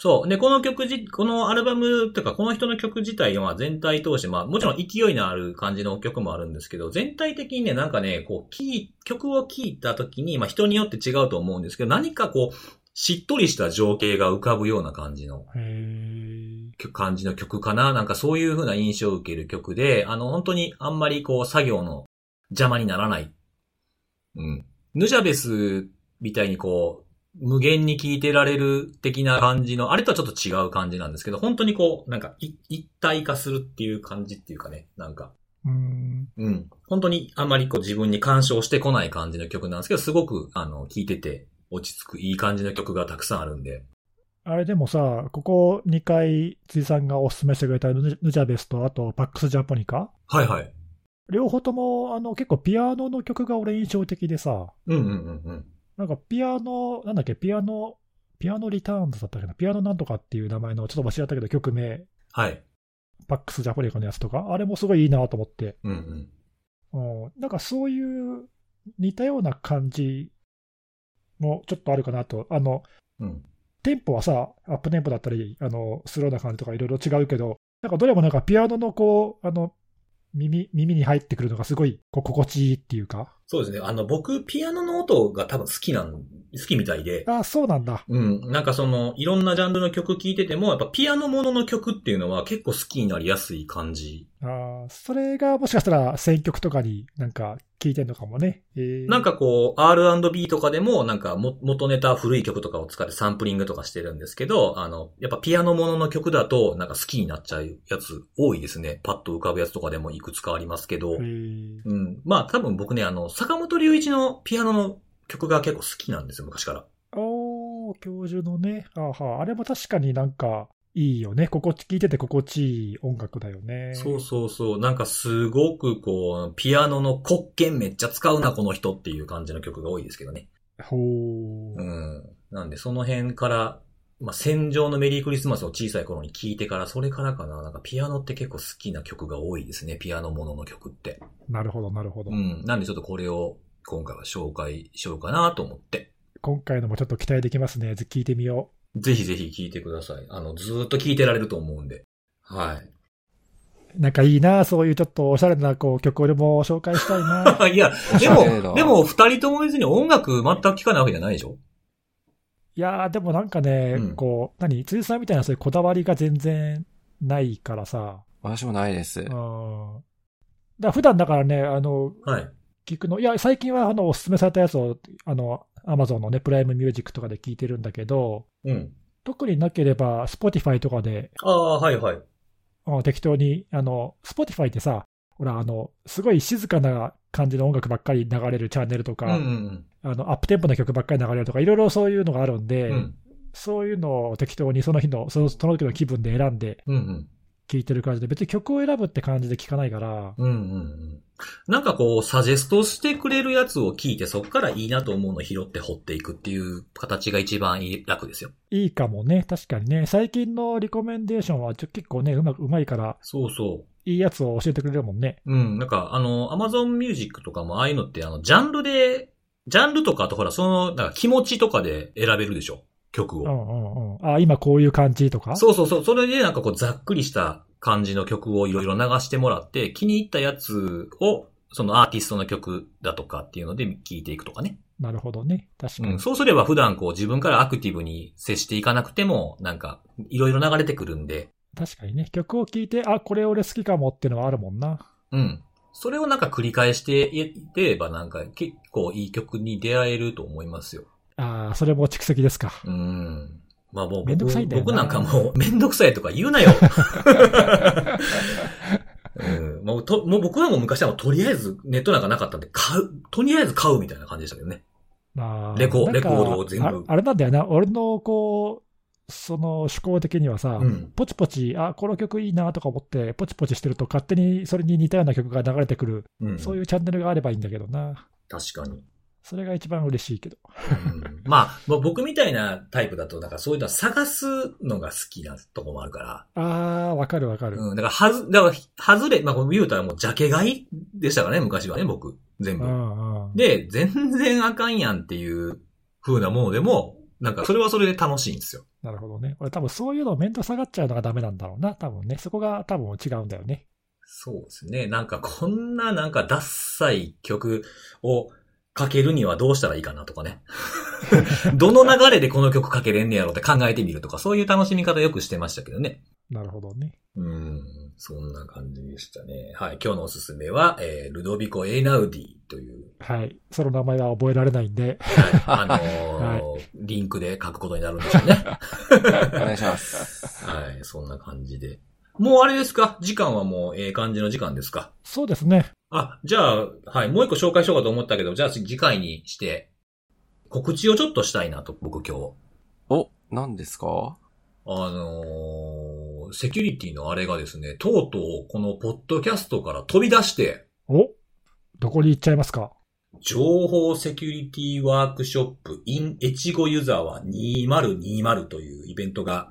C: そう。で、この曲じ、このアルバムというか、この人の曲自体は全体通して、まあ、もちろん勢いのある感じの曲もあるんですけど、全体的にね、なんかね、こう、キー曲を聴いた時に、まあ、人によって違うと思うんですけど、何かこう、しっとりした情景が浮かぶような感じの
A: う。へー
C: 曲感じの曲かななんかそういう風な印象を受ける曲で、あの、本当にあんまりこう、作業の邪魔にならない。うん。ヌジャベスみたいにこう、無限に聴いてられる的な感じの、あれとはちょっと違う感じなんですけど、本当にこう、なんかい一体化するっていう感じっていうかね、なんか。
A: うーん。
C: うん。本当にあんまりこう自分に干渉してこない感じの曲なんですけど、すごく、あの、聴いてて落ち着くいい感じの曲がたくさんあるんで。
A: あれでもさ、ここ2回、辻さんがおすすめしてくれたヌジヌジャベスと、あと、パックスジャポニカ
C: はいはい。
A: 両方とも、あの、結構ピアノの曲が俺印象的でさ、
C: うんうんうんうん。
A: なんかピアノ、なんだっけ、ピアノ、ピアノリターンズだったっけな、ピアノなんとかっていう名前の、ちょっと忘れちゃったけど、曲名、
C: はい。
A: パックスジャポニカのやつとか、あれもすごいいいなと思って、
C: うんうん。
A: うん、なんかそういう似たような感じもちょっとあるかなと、あの、
C: うん
A: テンポはさ、アップテンポだったり、あのスローな感じとかいろいろ違うけど、なんかどれもなんかピアノのこう、あの、耳、耳に入ってくるのがすごい、こう、心地いいっていうか。
C: そうですね。あの、僕、ピアノの音が多分好きなん、好きみたいで。
A: ああ、そうなんだ。
C: うん。なんかその、いろんなジャンルの曲聴いてても、やっぱピアノものの曲っていうのは結構好きになりやすい感じ。
A: あーそれがもしかしたら選曲とかになんか聞いてんのかもね。えー
C: なんかこう、R&B とかでも、なんかも元ネタ古い曲とかを使ってサンプリングとかしてるんですけど、あの、やっぱピアノものの曲だと、なんか好きになっちゃうやつ多いですね。パッと浮かぶやつとかでもいくつかありますけど。
A: えー
C: うん。まあ多分僕ね、あの、坂本龍一のピアノの曲が結構好きなんですよ、昔から。
A: おー、教授のね、あーはーあれも確かになんかいいよね、心地、聞いてて心地いい音楽だよね。
C: そうそうそう。なんかすごくこう、ピアノの黒鍵めっちゃ使うな、この人っていう感じの曲が多いですけどね。
A: ほ
C: う
A: ー。
C: ん。なんでその辺から、まあ、戦場のメリークリスマスを小さい頃に聞いてから、それからかな、なんかピアノって結構好きな曲が多いですね。ピアノものの曲って。
A: なるほど、なるほど
C: う。ん。なんでちょっとこれを今回は紹介しようかなと思って。
A: 今回のもちょっと期待できますね。ぜ聞いてみよ
C: ぜひぜひ聴いてください。あの、ずーっと聴いてられると思うんで。はい。 (laughs)
A: う。なんかいいな、そういうちょっとおしゃれなこう曲俺も紹介したい
C: (laughs)
A: な。
C: いや、
B: お
C: で
B: しゃれだ
C: も、でも二人とも別に音楽全く聴かないわけじゃないでしょ
A: いやー、でもなんかね、
C: うん
A: こう、何、辻さんみたいなそういうこだわりが全然ないからさ。
B: 私もないです
A: うん。だか。ら普段だからね、あの、
C: はい。
A: 聞くの、いや、最近はあのおすすめされたやつを、あの、アマゾンのね、プライムミュージックとかで聞いてるんだけど、
C: うん。
A: 特になければ、Spotify とかで、
C: ああ、はいはい。
A: うん適当に、あの、Spotify ってさ、ほら、あの、すごい静かな感じの音楽ばっかり流れるチャンネルと
C: う
A: か、
C: んうん
A: あの、アップテンポな曲ばっかり流れるとか、いろいろそういうのがあるん
C: う
A: で、
C: ん。うん
A: そういうのを適当にその日の、そのその時の気分で選んで
C: うんうん。
A: 聴いてる感じで、別に曲を選ぶって感じで聴かないから、
C: うんうんうん。なんかこう、サジェストしてくれるやつを聞いて、そっからいいなと思うの拾って掘っていくっていう形が一番いい楽ですよ。
A: いいかもね、確かにね。最近のリコメンデーションはちょ結構ね、うまくうまいから、
C: そうそう。
A: いいやつを教えてくれるもんね。
C: うん、なんか、あの、Amazon Music とかも、ああいうのって、あの、ジャンルで、ジャンルとかあと、ほら、その、なんか気持ちとかで選べるでしょ曲
A: う
C: を。
A: んうんうん。あ、今こういう感じとか。
C: そうそうそう。それで、なんかこう、ざっくりした感じの曲をいろいろ流してもらって、気に入ったやつを、そのアーティストの曲だとかっていうので聴いていくとかね。
A: なるほどね。確か
C: う
A: に。
C: ん、そうすれば普段こう自分からアクティブに接していかなくても、なんか、いろいろ流れてくるんで、
A: 確かにね。曲を聴いて、あ、これ俺好きかもっていうのはあるもんな。
C: うん。それをなんか繰り返していれば、なんか結構いい曲に出会えると思いますよ。
A: ああ、それも蓄積ですか。
C: うん。まあもう
A: めんどく
C: 僕
A: さいんだよな
C: 僕なんかもう (laughs) めんどくさいとか言うなよ。うん、もうともう僕はもう昔はもうとりあえずネットなんかなかったんで、買う、とりあえず買うみたいな感じでしたけどね。
A: まあ、
C: レ
A: な
C: コ
A: んか
C: レコードを全部
A: あ。あれなんだよな、俺のこう、その趣向的にはさ、
C: うん。
A: ポチポチ、あ、この曲いいなとか思って、ポチポチしてると勝手にそれに似たような曲が流れてくる、
C: うん、
A: そういうチャンネルがあればいいんだけどな。
C: 確かに。
A: それが一番嬉しいけど。
C: うんまあ、まあ僕みたいなタイプだと、なんかそういうのは探すのが好きなとこもあるから。
A: ああ、わかるわかる。
C: うん、だから、はず、だから、外れ、まあ、これ言うたらもう、ジャケ買いでしたからね、昔はね、僕。全
A: う
C: 部。
A: んうん。
C: で、全然あかんやんっていう風なものでも、なんか、それはそれで楽しいんですよ。
A: なるほどね。俺多分そういうのを面倒下がっちゃうのがダメなんだろうな、多分ね。そこが多分違うんだよね。
C: そうですね。なんか、こんな、なんか、ダッサい曲をかけるにはどうしたらいいかなとかね。どの流れでこの曲かけれんねやろって考えてみるとか、そういう楽しみ方よくしてましたけどね。
A: なるほどね。
C: うん、そんな感じでしたね。はい、今日のおすすめは、えー、ルドビコ・エイナウディという、
A: はい。その名前は覚えられないんで、
C: あのーリンクで書くことになるんでしょうね。
B: お願いします。
C: はい、そんな感じで。もうあれですか時間はもうええ感じの時間ですか
A: そうですね。
C: あ、じゃあ、はい、もう一個紹介しようかと思ったけど、じゃあ次回にして、告知をちょっとしたいなと、僕今日。
B: (laughs) お、何ですか
C: あのーセキュリティのあれがですね、とうとうこのポッドキャストから飛び出して、
A: おどこに行っちゃいますか
C: 情報セキュリティワークショップ in 越後湯沢2020というイベントが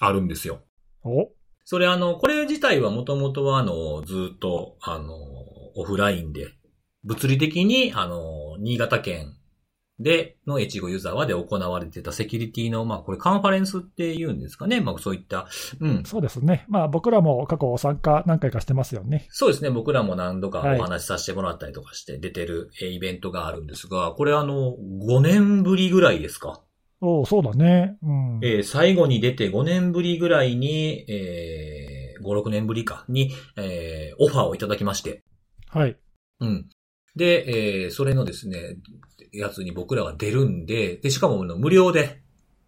C: あるんですよ。
A: お
C: それあの、これ自体はもともとはあの、ずっとあの、オフラインで、物理的にあの、新潟県での越後湯沢で行われてたセキュリティの、まあこれカンファレンスって言うんですかね。まあそういった、うん。
A: そうですね。まあ僕らも過去参加何回かしてますよね。
C: そうですね。僕らも何度か
A: はい
C: お話しさせてもらったりとかして出てるえーイベントがあるんですが、これあの、5年ぶりぐらいですか
A: おそうだね。うん。
C: えー最後に出て5年ぶりぐらいに、えー5、6年ぶりか、に、えーオファーをいただきまして。
A: はい。
C: うん。で、えーそれのですね、やつに僕らが出るんで、で、しかもあの無料で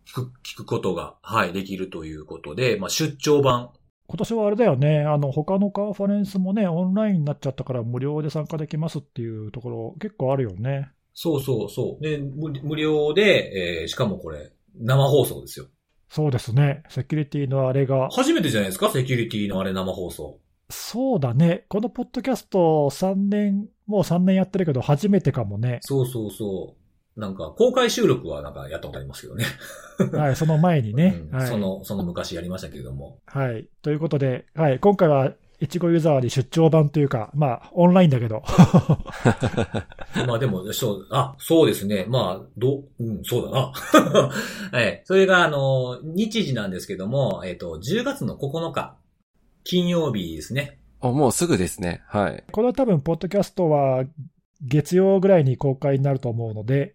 C: 聞く、聞くことが、はい、できるということで、まあ、出張版。
A: 今年はあれだよね、あの他のカンファレンスもね、オンラインになっちゃったから無料で参加できますっていうところ、結構あるよね。
C: そうそうそう。で、無無料で、えーしかもこれ、生放送ですよ。
A: そうですね、セキュリティのあれが、
C: 初めてじゃないですかセキュリティのあれ生放送。、
A: そうだね、このポッドキャスト3年、もう3年やってるけど、初めてかもね
C: (laughs) そうそうそう。なんか、公開収録はなんかやったことありますけどね。
A: はい、その前にね。
C: うん
A: はい
C: その、その昔やりましたけれども。
A: はい、ということで、はい、今回は越後ユーザーに出張版というか、まあ、オンラインだけど、
C: まあでも、そう、あ、そうですね。まあ、ど、うん、そうだな。 (laughs) はい。それが、あの、日時なんですけども、えっ、と、10月の9日、金曜日ですね。
B: あ、もうすぐですね。はい。
A: これは多分、ポッドキャストは月曜ぐらいに公開になると思うので、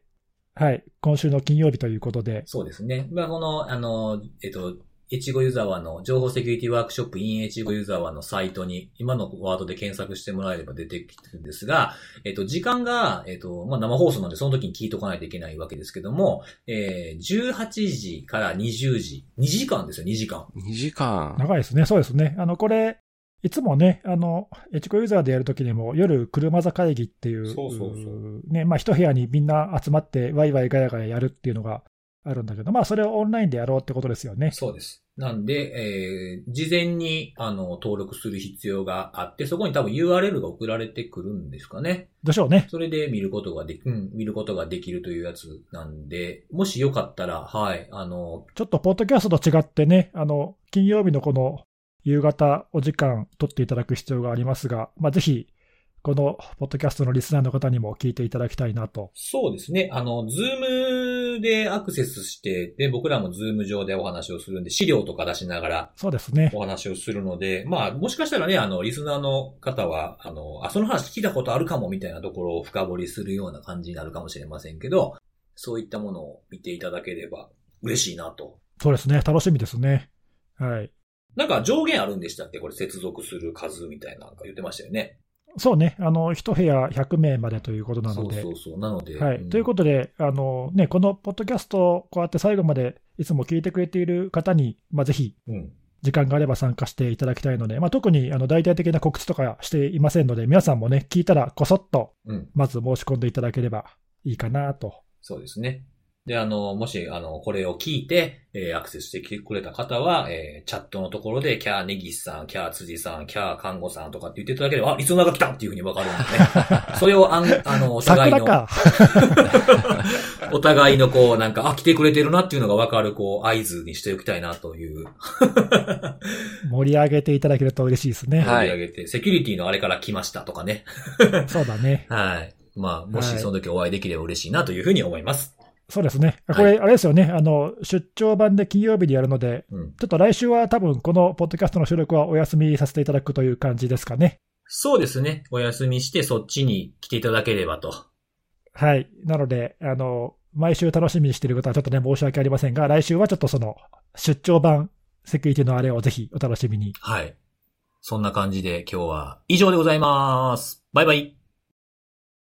A: はい、今週の金曜日ということで、
C: そうですね。まあ、この、あの、えっ、と、越後湯沢の情報セキュリティワークショップ in 越後湯沢のサイトに、今のワードで検索してもらえれば出てきてるんですが、えっ、と、時間が、えっ、と、まあ、生放送なんでその時に聞いとかないといけないわけですけども、えー、18時から20時、2時間ですよ、2時間。
B: 2時間。
A: 長いですね、そうですね。あの、これ、いつもね、あの、エチコユーザーでやるときにも、夜、車座会議っていう、
D: そうそうそう
A: ね、まあ、一部屋にみんな集まって、ワイワイガヤガヤやるっていうのがあるんだけど、まあ、それをオンラインでやろうってことですよね。
C: そうです。なんで、えー、事前に、あの、登録する必要があって、そこに多分 URL が送られてくるんですかね。
A: でしょうね。
C: それで見ることができ、うん、見ることができるというやつなんで、もしよかったら、はい、あの、
A: ちょっと、ポッドキャストと違ってね、あの、金曜日のこの、夕方お時間取っていただく必要がありますが、まあ、ぜひ、このポッドキャストのリスナーの方にも聞いていただきたいなと。
C: そうですね。あの、ズームでアクセスして、で、僕らもズーム上でお話をするんで、資料とか出しながら
A: そうですね。
C: お話をするので、まあ、もしかしたらね、あの、リスナーの方は、あの、あ、その話聞いたことあるかもみたいなところを深掘りするような感じになるかもしれませんけど、そういったものを見ていただければ嬉しいなと。
A: そうですね。楽しみですね。はい。
C: なんか上限あるんでしたっけこれ接続する数みたいななんか言ってましたよね。
A: そうね。あの、一部屋100名までということな
C: そ
A: の
C: う
A: で。
C: そうそう。なので。
A: はい、
C: ん
A: ということで、あのね、このポッドキャストをこうやって最後までいつも聞いてくれている方に、まあ、ぜひ
C: うん。
A: 時間があれば参加していただきたいので、まあ、特にあの大々的な告知とかしていませんので、皆さんもね、聞いたらこそっと
C: うん。
A: まず申し込んでいただければいいかなと。
C: そうですね。で、あの、もし、あの、これを聞いて、えーアクセスしてきてくれた方は、えーチャットのところで、キャーネギスさん、キャー辻さん、キャー看護さんとかって言っていただければ、あ、リスナーが来たっていうふうにわかるんです
A: (laughs)
C: ね。それをあん、あの、お互い
A: 桜
C: の、
A: か、 (laughs)
C: お互いのこう、なんか、あ、来てくれてるなっていうのがわかる、こう、合図にしておきたいなという、
A: 盛り上げていただけると嬉しいですね。
B: は
C: 盛
B: い
C: り上げて、セキュリティのあれから来ましたとかね。
A: そうだね。
C: はい。まあ、も
A: は
C: し
A: い
C: その時お会いできれば嬉しいなというふうに思います。
A: そうですね。あ
C: はい
A: これ、あれですよね。あの、出張版で金曜日にやるので、
C: うん。
A: ちょっと来週は多分このポッドキャストの収録はお休みさせていただくという感じですかね。
C: そうですね。お休みして、そっちに来ていただければと。
A: はい。なので、あの、毎週楽しみにしていることはちょっとね、申し訳ありませんが、来週はちょっとその、出張版、セキュリティのあれをぜひお楽しみに。
E: はい。そんな感じで今日は以上でございます。バイバイ。